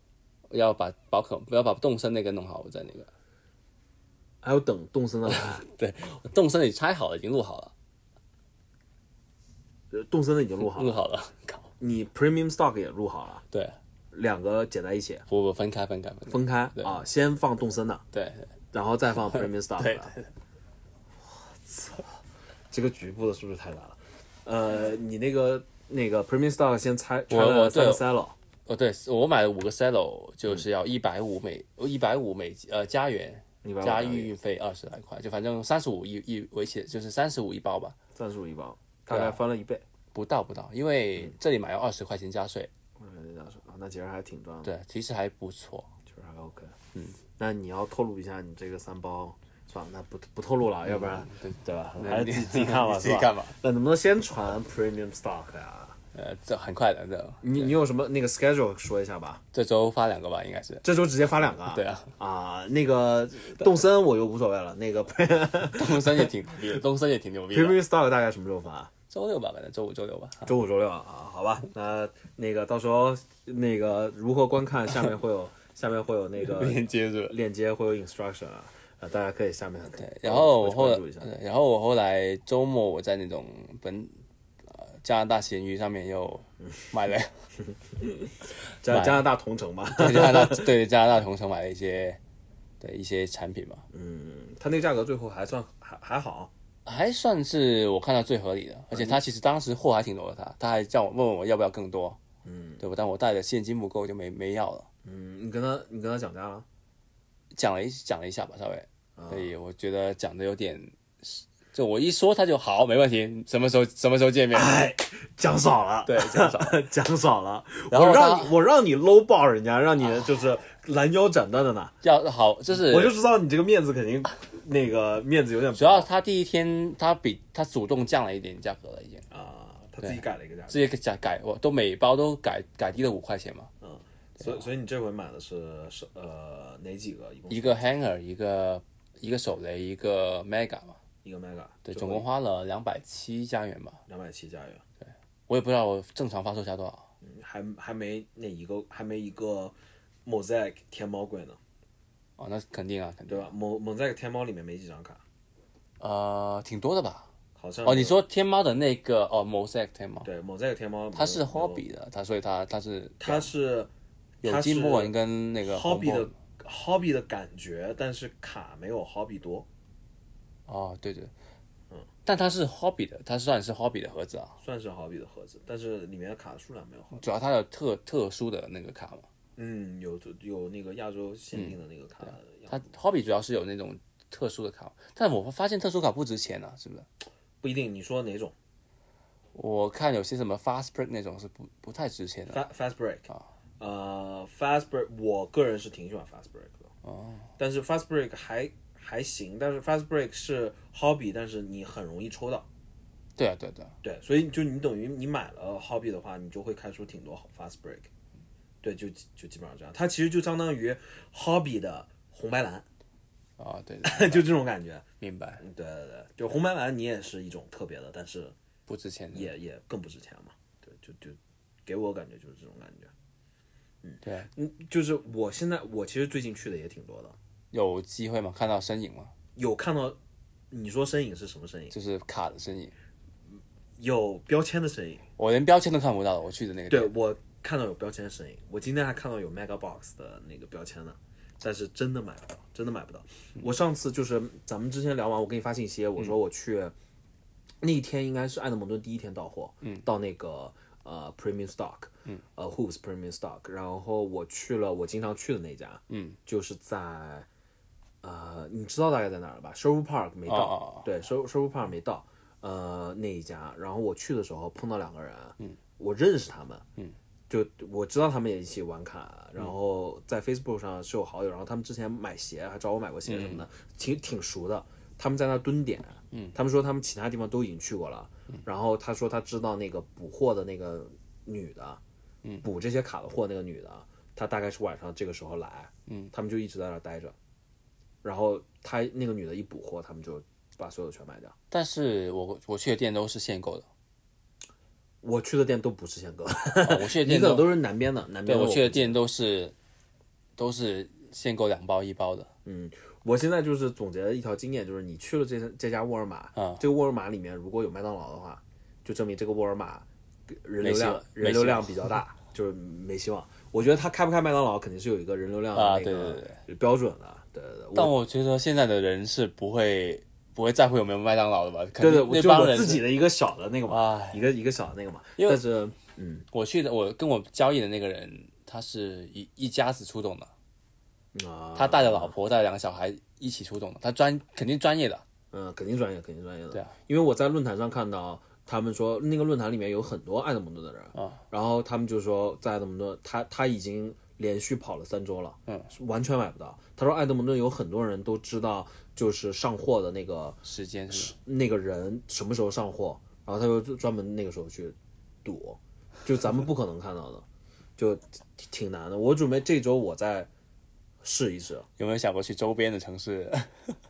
B: 要把宝可不要把动森那个弄好，我再那个
A: 还有等动森的来，
B: 动森已拆好了，已经录好了，
A: 呃动森的已经录好
B: 录
A: 了，
B: 好了。靠，
A: 你 Premium Stock 也录好了，
B: 对，
A: 两个剪在一起
B: 不不分开分开分开，
A: 分开啊，先放动森的，
B: 对，
A: 然后再放 Premium Stock
B: 对
A: 的。我操，这个局部的是不是太难了？呃，你那个那个 Premium Stock 先拆拆
B: 我
A: 了
B: 我
A: 三
B: 对
A: 个 silo，
B: 哦对，我买了五个 cello，就是要一百五美一百五美呃加元
A: 150
B: 加运运费二十来块，就反正三十五一一为起就是三十五一包吧，
A: 赞助一包，
B: 啊
A: 大概翻了一倍。
B: 不到不到，因为
A: 嗯
B: 这里买要二十块钱加税，
A: 我感觉这样说啊，那其实还挺赚的，
B: 对，其实还不错。
A: 其实还 OK。嗯，那你要透露一下你这个三包，算了，那不不透露了，要不然
B: 嗯对
A: 对吧？
B: 那
A: 还是
B: 你
A: 自己自己看吧，
B: 你 自己
A: 是
B: 看吧。
A: 那能不能先传 Premium Stock 呀？
B: 呃，这很快的，这
A: 你你有什么那个 schedule 说一下吧？
B: 这周发两个吧，应该是。
A: 这周直接发两个啊？
B: 对啊，
A: 啊，那个动森我就无所谓了，那 个
B: 东森也挺牛逼的，东森也挺牛逼的。
A: Premium Stock 大概什么时候发？
B: 周六吧，反正周五、周六吧。啊
A: 周五、周六啊，好吧，那那个到时候那个如何观看，下面会 有下面会有那个
B: 连接着。
A: 链接，会有 instruction 啊，呃，大家可以下面
B: 对，然后嗯我后
A: 关
B: 来
A: 注一下，
B: 对然后我后来周末我在那种本呃加拿大闲鱼上面又买了
A: 加加拿大同城吧，
B: 对加拿大 对加拿大同城买了一些对一些产品嘛，
A: 嗯，它那个价格最后还算还还好，
B: 还算是我看到最合理的，而且他其实当时货还挺多的，他他还叫我问我要不要更多，嗯，对吧？但我带的现金不够就没没要了，
A: 嗯，你跟他你跟他讲价了，啊
B: 讲了一讲了一下吧，稍微，所以我觉得讲的有点。就我一说他就好，没问题，什么时候什么时候见面？
A: 哎，讲少了，
B: 对，讲少。
A: 讲少了，
B: 然后
A: 我
B: 他
A: 让你我让你 low 爆人家，让你就是拦腰斩断的呢。
B: 要好，就是
A: 我就知道你这个面子肯定，那个面子有点
B: 主要他第一天他比他主动降了一点价格了，已经
A: 啊，他自己改了一个价格，
B: 直接给价改，我都每包都改改低了五块钱嘛，
A: 嗯，所以所以你这回买的是是呃哪几个？一共
B: 一个 hanger 一个一个手雷一个 mega 嘛，
A: 一个 mega，
B: 对，总共花了两百七加元吧，
A: 两百七加元，
B: 我也不知道我正常发售价多少，
A: 嗯还还没那一个还没一个 mosaic 天猫贵呢，
B: 哦，那肯定啊，肯定
A: 对，吧？mo mosaic 天猫里面没几张卡，
B: 呃，挺多的吧？
A: 好像
B: 哦，
A: 没
B: 你
A: 有
B: 说天猫的那个哦，mosaic 天猫，
A: 对 mosaic 天猫没有，
B: 它是
A: 没有
B: hobby 的，它所以它它是
A: 它是
B: 有
A: 它
B: 金
A: 是
B: 波纹跟那个
A: hobby
B: 红波
A: 的
B: 纹
A: hobby 的感觉，但是卡没有 hobby 多，
B: 哦，对对，
A: 嗯
B: 但它是 hobby 的，它算是 hobby 的盒子啊。
A: 算是 hobby 的盒子，但是里面的卡数量没有 hobby。
B: 主要它有特特殊的那个卡嘛，
A: 嗯，有有那个亚洲限定的那个卡，
B: 嗯它 hobby 主要是有那种特殊的卡，但我发现特殊卡不值钱啊，是不是？
A: 不一定。你说哪种
B: 我看有些什么 fast break 那种是不不太值钱的，啊
A: ？Fa- fast break 呃，fast break，我个人是挺喜欢 fast break 的。哦。但是 fast break 还还行，但是 fast break 是 hobby，但是你很容易抽到。
B: 对啊对啊对啊，
A: 对，所以就你等于你买了 hobby 的话，你就会开出挺多 fast break。对，就就基本上这样。它其实就相当于 hobby 的红白蓝，
B: 啊、对对，
A: 就这种感觉。
B: 明白，
A: 嗯对对对，就红白蓝你也是一种特别的，但是
B: 不值钱的，
A: 也也更不值钱嘛。对，就就给我感觉就是这种感觉。
B: 对啊，
A: 嗯，就是我现在我其实最近去的也挺多的，
B: 有机会嘛，看到身影嘛，
A: 有看到你说身影是什么身影？
B: 就是卡的身影，
A: 有标签的身影。
B: 我连标签都看不到，我去的那个
A: 对
B: 店，
A: 我看到有标签的身影，我今天还看到有 Mega Box 的那个标签呢，但是真的买不到，真的买 不到。我上次就是咱们之前聊完，我给你发信息，
B: 嗯
A: 我说我去、那一天应该是爱德蒙顿第一天到货，嗯，到那个呃 Premium Stock，嗯，呃 Hoops Premium Stock，然后我去了我经常去的那家，嗯，就是在。呃，你知道大概在哪儿了吧？Sherwood Park 没到，
B: 哦哦哦
A: 对，Sher Sherwood Park 没到，呃，那一家。然后我去的时候碰到两个人，嗯，我认识他们，嗯，就我知道他们也一起玩卡，然后在 Facebook 上是有好友，然后他们之前买鞋还找我买过鞋什么的，挺挺熟的。他们在那蹲点，嗯，他们说他们其他地方都已经去过了，然后他说他知道那个补货的那个女的，嗯，补这些卡的货那个女的，她大概是晚上这个时候来，嗯，他们就一直在那儿待着。然后他那个女的一补货，他们就把所有的全买掉。
B: 但是我我去的店都是限 购的，
A: 我去的店都不是限购，
B: 哦我去的
A: 你
B: 店
A: 可能
B: 都
A: 都是南边的，南
B: 对
A: 边的
B: 我去的
A: 不知
B: 店都是都是限购两包一包的，
A: 我现在就是总结了一条经验，就是你去了这这家沃尔玛，
B: 啊
A: 这个沃尔玛里面如果有麦当劳的话，就证明这个沃尔玛人流量
B: 没希望
A: 人流量比较大，就是没希望。我觉得他开不开麦当劳肯定是有一个人流量的
B: 啊
A: 那个
B: 对对
A: 标准的，对对对。我
B: 但我觉得现在的人是不会不会在乎有没有麦当劳的吧？肯
A: 对对，
B: 定
A: 我
B: 那
A: 就
B: 帮
A: 我
B: 人
A: 自己
B: 是
A: 的一个小的那个嘛，
B: 哎
A: 一个一个小的那个嘛。
B: 因为
A: 但是
B: 我去的，我跟我交易的那个人，他是一一家子出动的，
A: 啊，
B: 他带着老婆带着两个小孩一起出动的，他专肯定专业的，
A: 嗯，肯定专业，肯定专业的。
B: 对啊，
A: 因为我在论坛上看到他们说，那个论坛里面有很多爱德蒙顿的人
B: 啊，
A: 然后他们就说，在爱德蒙顿，他他已经连续跑了三周了，嗯，完全买不到。他说爱德蒙顿有很多人都知道，就是上货的那个
B: 时间是吧
A: 那个人什么时候上货，然后他就专门那个时候去赌，就咱们不可能看到的，就挺挺难的。我准备这周我再试一试，
B: 有没有想过去周边的城市？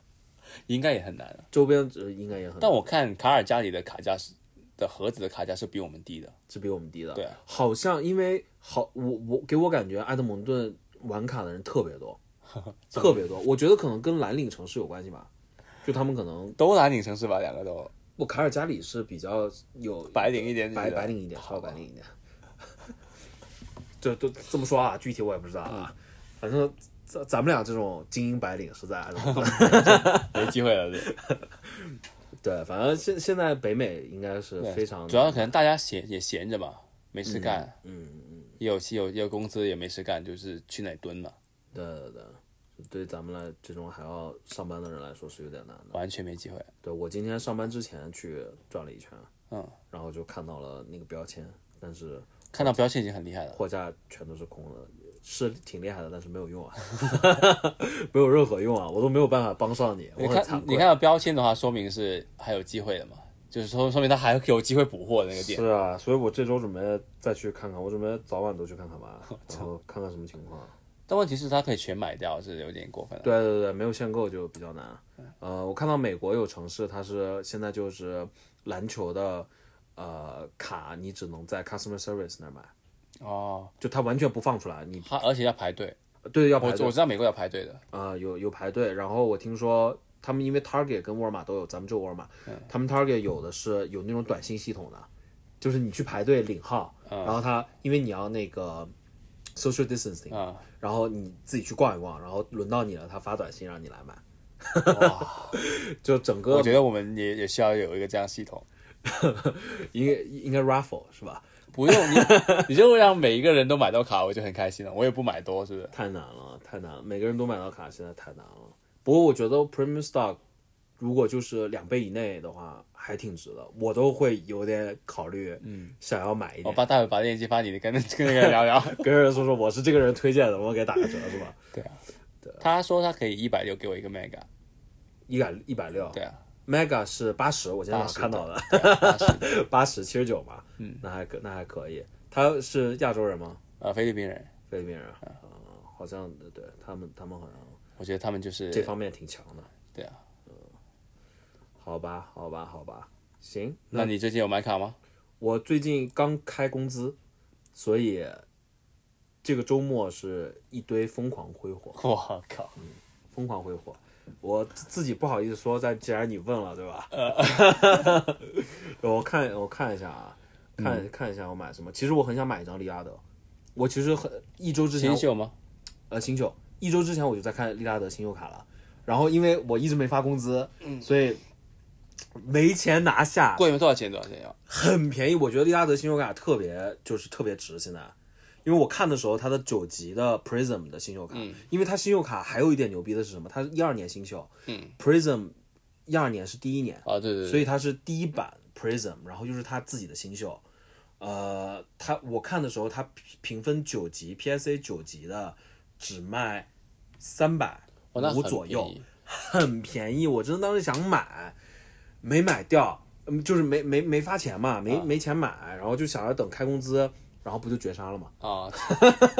B: 应该也很难啊。
A: 周边呃应该也很
B: 但我看卡尔加里的卡价是的盒子的卡价是比我们低的，
A: 是比我们低的。
B: 对啊
A: 好像因为好，我我给我感觉埃德蒙顿玩卡的人特别 多，特别多。我觉得可能跟蓝领城市有关系吧，就他们可能
B: 都蓝领城市吧，两个都
A: 不卡尔加里是比较有
B: 白领一点点
A: 白
B: 的
A: 白领一点，稍微白领一点。 这都这么说啊，具体我也不知道啊，反正咱咱们俩这种精英白领是在埃德蒙顿
B: 没机会了。对
A: 对，反正现现在北美应该是非常
B: 主要可能大家闲也闲着嘛，没事干，嗯嗯，也有也有也有工资也没事干，就是去哪蹲嘛，
A: 对对对，对咱们来这种还要上班的人来说是有点难的。
B: 完全没机会。
A: 对我今天上班之前去转了一圈，
B: 嗯，
A: 然后就看到了那个标签，但是
B: 看到标签已经很厉害了，
A: 货架全都是空的，是挺厉害的，但是没有用啊， 没有任何用啊，我都没有办法帮上你，
B: 你
A: 我很惭
B: 看你
A: 愧。
B: 看到标签的话，说明是还有机会的嘛，就是说说明他还有机会补货的那个店。
A: 是啊，所以我这周准备再去看看，我准备早晚都去看看吧，然后看看什么情况。
B: 但问题是，他可以全买掉，是有点过分了。
A: 对对对，没有限购就比较难。呃，我看到美国有城市，它是现在就是篮球的呃卡，你只能在 customer service 那儿买，
B: 哦，
A: 就它完全不放出来，你
B: 他而且要排队，
A: 对要
B: 我
A: 排队
B: 我知道美国要排队的，
A: 啊，有有排队。然后我听说他们因为 Target 跟沃尔玛都有，咱们就沃尔玛，
B: 嗯
A: 他们 Target 有的是有那种短信系统的，就是你去排队领号，
B: 嗯
A: 然后他因为你要那个 social distancing，、
B: 啊
A: 然后你自己去逛一逛，然后轮到你了，他发短信让你来买。 就整
B: 我
A: 个
B: 觉得我们也也需要有一个这样的系统，
A: 应该应该 raffle 是吧？
B: 不用你你就让每一个人都买到卡，我就很开心了。我也不买 多，是不是？
A: 太难了，太难了，每个人都买到卡，现在太难了。不过我觉得 premium stock 如果就是两倍以内的话，还挺值的，我都会有点考虑，嗯，想要买一
B: 我
A: 点。
B: 把待会把链接发你，你跟跟那个人聊聊。
A: 跟人说说我是这个人推荐的，我给打个折是 吧？
B: 他说他可以一百六给我一个 mega，
A: 一百一百六
B: 对啊，
A: ，mega 是八十，我今天早上看到的，
B: 80的
A: 八十七十九嘛，嗯，那还可那还可以。他是亚洲人吗？
B: 呃，菲律宾人，
A: 菲律宾人啊、呃好像对他们他们好像
B: 我觉得他们就是
A: 这方面挺强的。嗯
B: 对啊。
A: 好吧，好吧，好吧，行，
B: 那你最近有买 卡吗？
A: 我最近刚开工资，所以这个周末是一堆疯狂挥霍，
B: 我靠，
A: 疯狂挥霍。我自己不好意思说，但既然你问了，对吧？
B: 呃
A: 我看我看一下啊，
B: 嗯
A: 看看一下我买什么。其实我很想买一张利拉德，我其实很一周之前
B: 新秀吗？
A: 呃新秀，一周之前我就在看利拉德新秀卡了，然后因为我一直没发工资，
B: 嗯
A: 所以没钱拿下，
B: 贵吗？多少钱？多少钱啊要？
A: 很便宜，我觉得利拉德信用卡特别就是特别值。现在，因为我看的时候，它的九级的 Prism 的信用卡，因为它信用卡还有一点牛逼的是什么？它是一二年新秀，嗯，Prism 一二年是第一年，
B: 啊，对对
A: 所
B: 对，
A: 以它是第一版 Prism，然后又是它自己的新秀。呃，它我看的时候，它评分九级 PSA 九级的只卖三百
B: 哦那
A: 五
B: 很
A: 左右
B: 便宜，
A: 很便宜。我真的当时想买，没买掉，嗯，就是没没没发钱嘛，没、没钱买，然后就想着等开工资，然后不就绝杀了嘛。
B: 啊，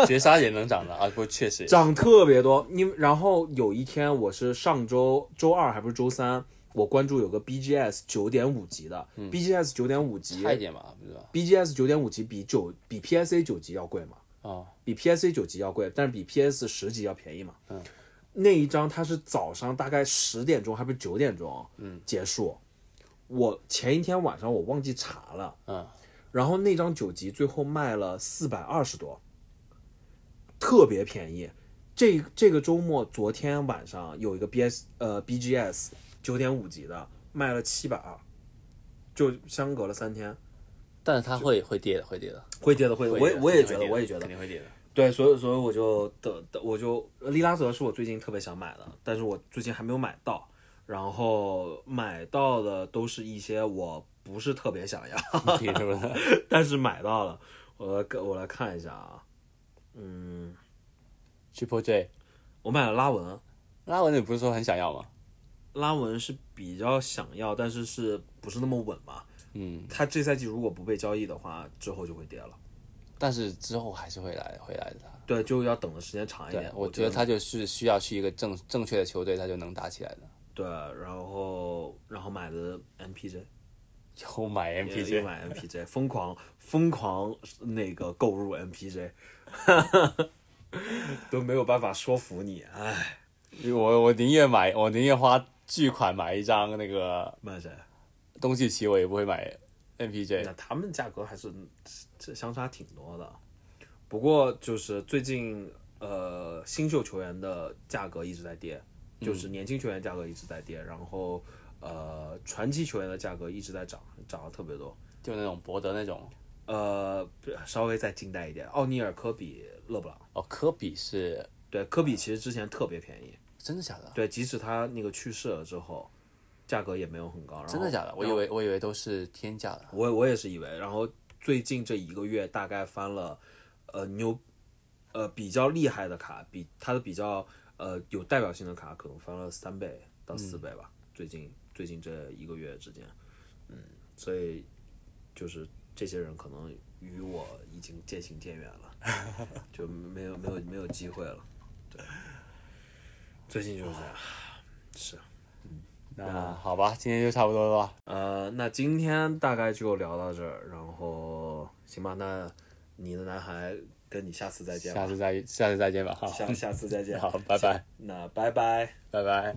B: 绝杀也能涨的啊，不过确实
A: 涨特别多。因为然后有一天我是上周周二还不是周三，我关注有个 BGS 九点五级的、b g s 九点五级
B: 差一点吧，不知道。
A: ，BGS 九点五级比九比 PSA 九级要贵嘛？
B: 哦，
A: 比 PSC 九级要贵，但是比 PS 十级要便宜嘛。嗯，那一张它是早上大概十点钟还是九点钟，嗯，结束。我前一天晚上我忘记查了，
B: 嗯，
A: 然后那张九级最后卖了四百二十多，特别便宜。这这个周末昨天晚上有一个 BS 呃 BGS 九点五级的卖了七百二，就相隔了三天，
B: 但是它会会跌的，会跌的。
A: 会跌的会，我也我也觉得，
B: 肯定会跌的
A: 我也觉得
B: 肯，定会跌的。
A: 对，所以所以我就的的我就利拉德是我最近特别想买的，但是我最近还没有买到，然后买到的都是一些我不是特别想要，
B: 比如呢？
A: 但是买到了，我来我来看一下啊，
B: Triple J，
A: 我买了拉文，
B: 拉文你不是说很想要吗？
A: 拉文是比较想要，但是是不是那么稳嘛？
B: 嗯，
A: 他这赛季如果不被交易的话，之后就会跌了，
B: 但是之后还是会来回来的他。
A: 对，就要等的时间长一
B: 对
A: 点，。
B: 我
A: 啊觉
B: 觉得他就是需要去一个正正确的球队，他就能打起来的。
A: 对，然后然后买的 MPJ。
B: 又买
A: 又又
B: MPJ，
A: 买 MPJ，疯狂疯狂那个购入 MPJ，都没有办法说服你，哎，
B: 我我宁愿买，我宁愿花巨款买一张那个
A: 慢谁？
B: 东契奇，我也不会买
A: 那
B: MPJ。
A: 他们价格还是这相差挺多的，不过就是最近呃新秀球员的价格一直在跌，就是年轻球员价格一直在跌，然后呃传奇球员的价格一直在涨，涨得特别多。
B: 就那种博德那种。
A: 呃，稍微再近代一点，奥尼尔、科比、勒布朗，
B: 哦，科比是
A: 对，科比其实之前特别便宜，
B: 真的假的？
A: 对，即使他那个去世了之后，价格也没有很高。然后
B: 真的假的？我以为我以为都是天价的。
A: 我我也是以为，然后最近这一个月大概翻了，呃牛，呃比较厉害的卡，比他的比较呃有代表性的卡，可能翻了三倍到
B: 嗯
A: 四倍吧。最近最近这一个月之间，嗯，所以就是这些人可能与我已经渐行渐远了， 就没有没有没有机会了。对，最近就是这样。
B: 那好吧，今天就差不多了吧。
A: 呃，那今天大概就聊到这儿，然后行吧，那你的男孩跟你下次再见吧
B: 下，次再下次再见吧。好，
A: 下下次再见，
B: 好，拜拜，
A: 那拜拜。
B: 拜拜。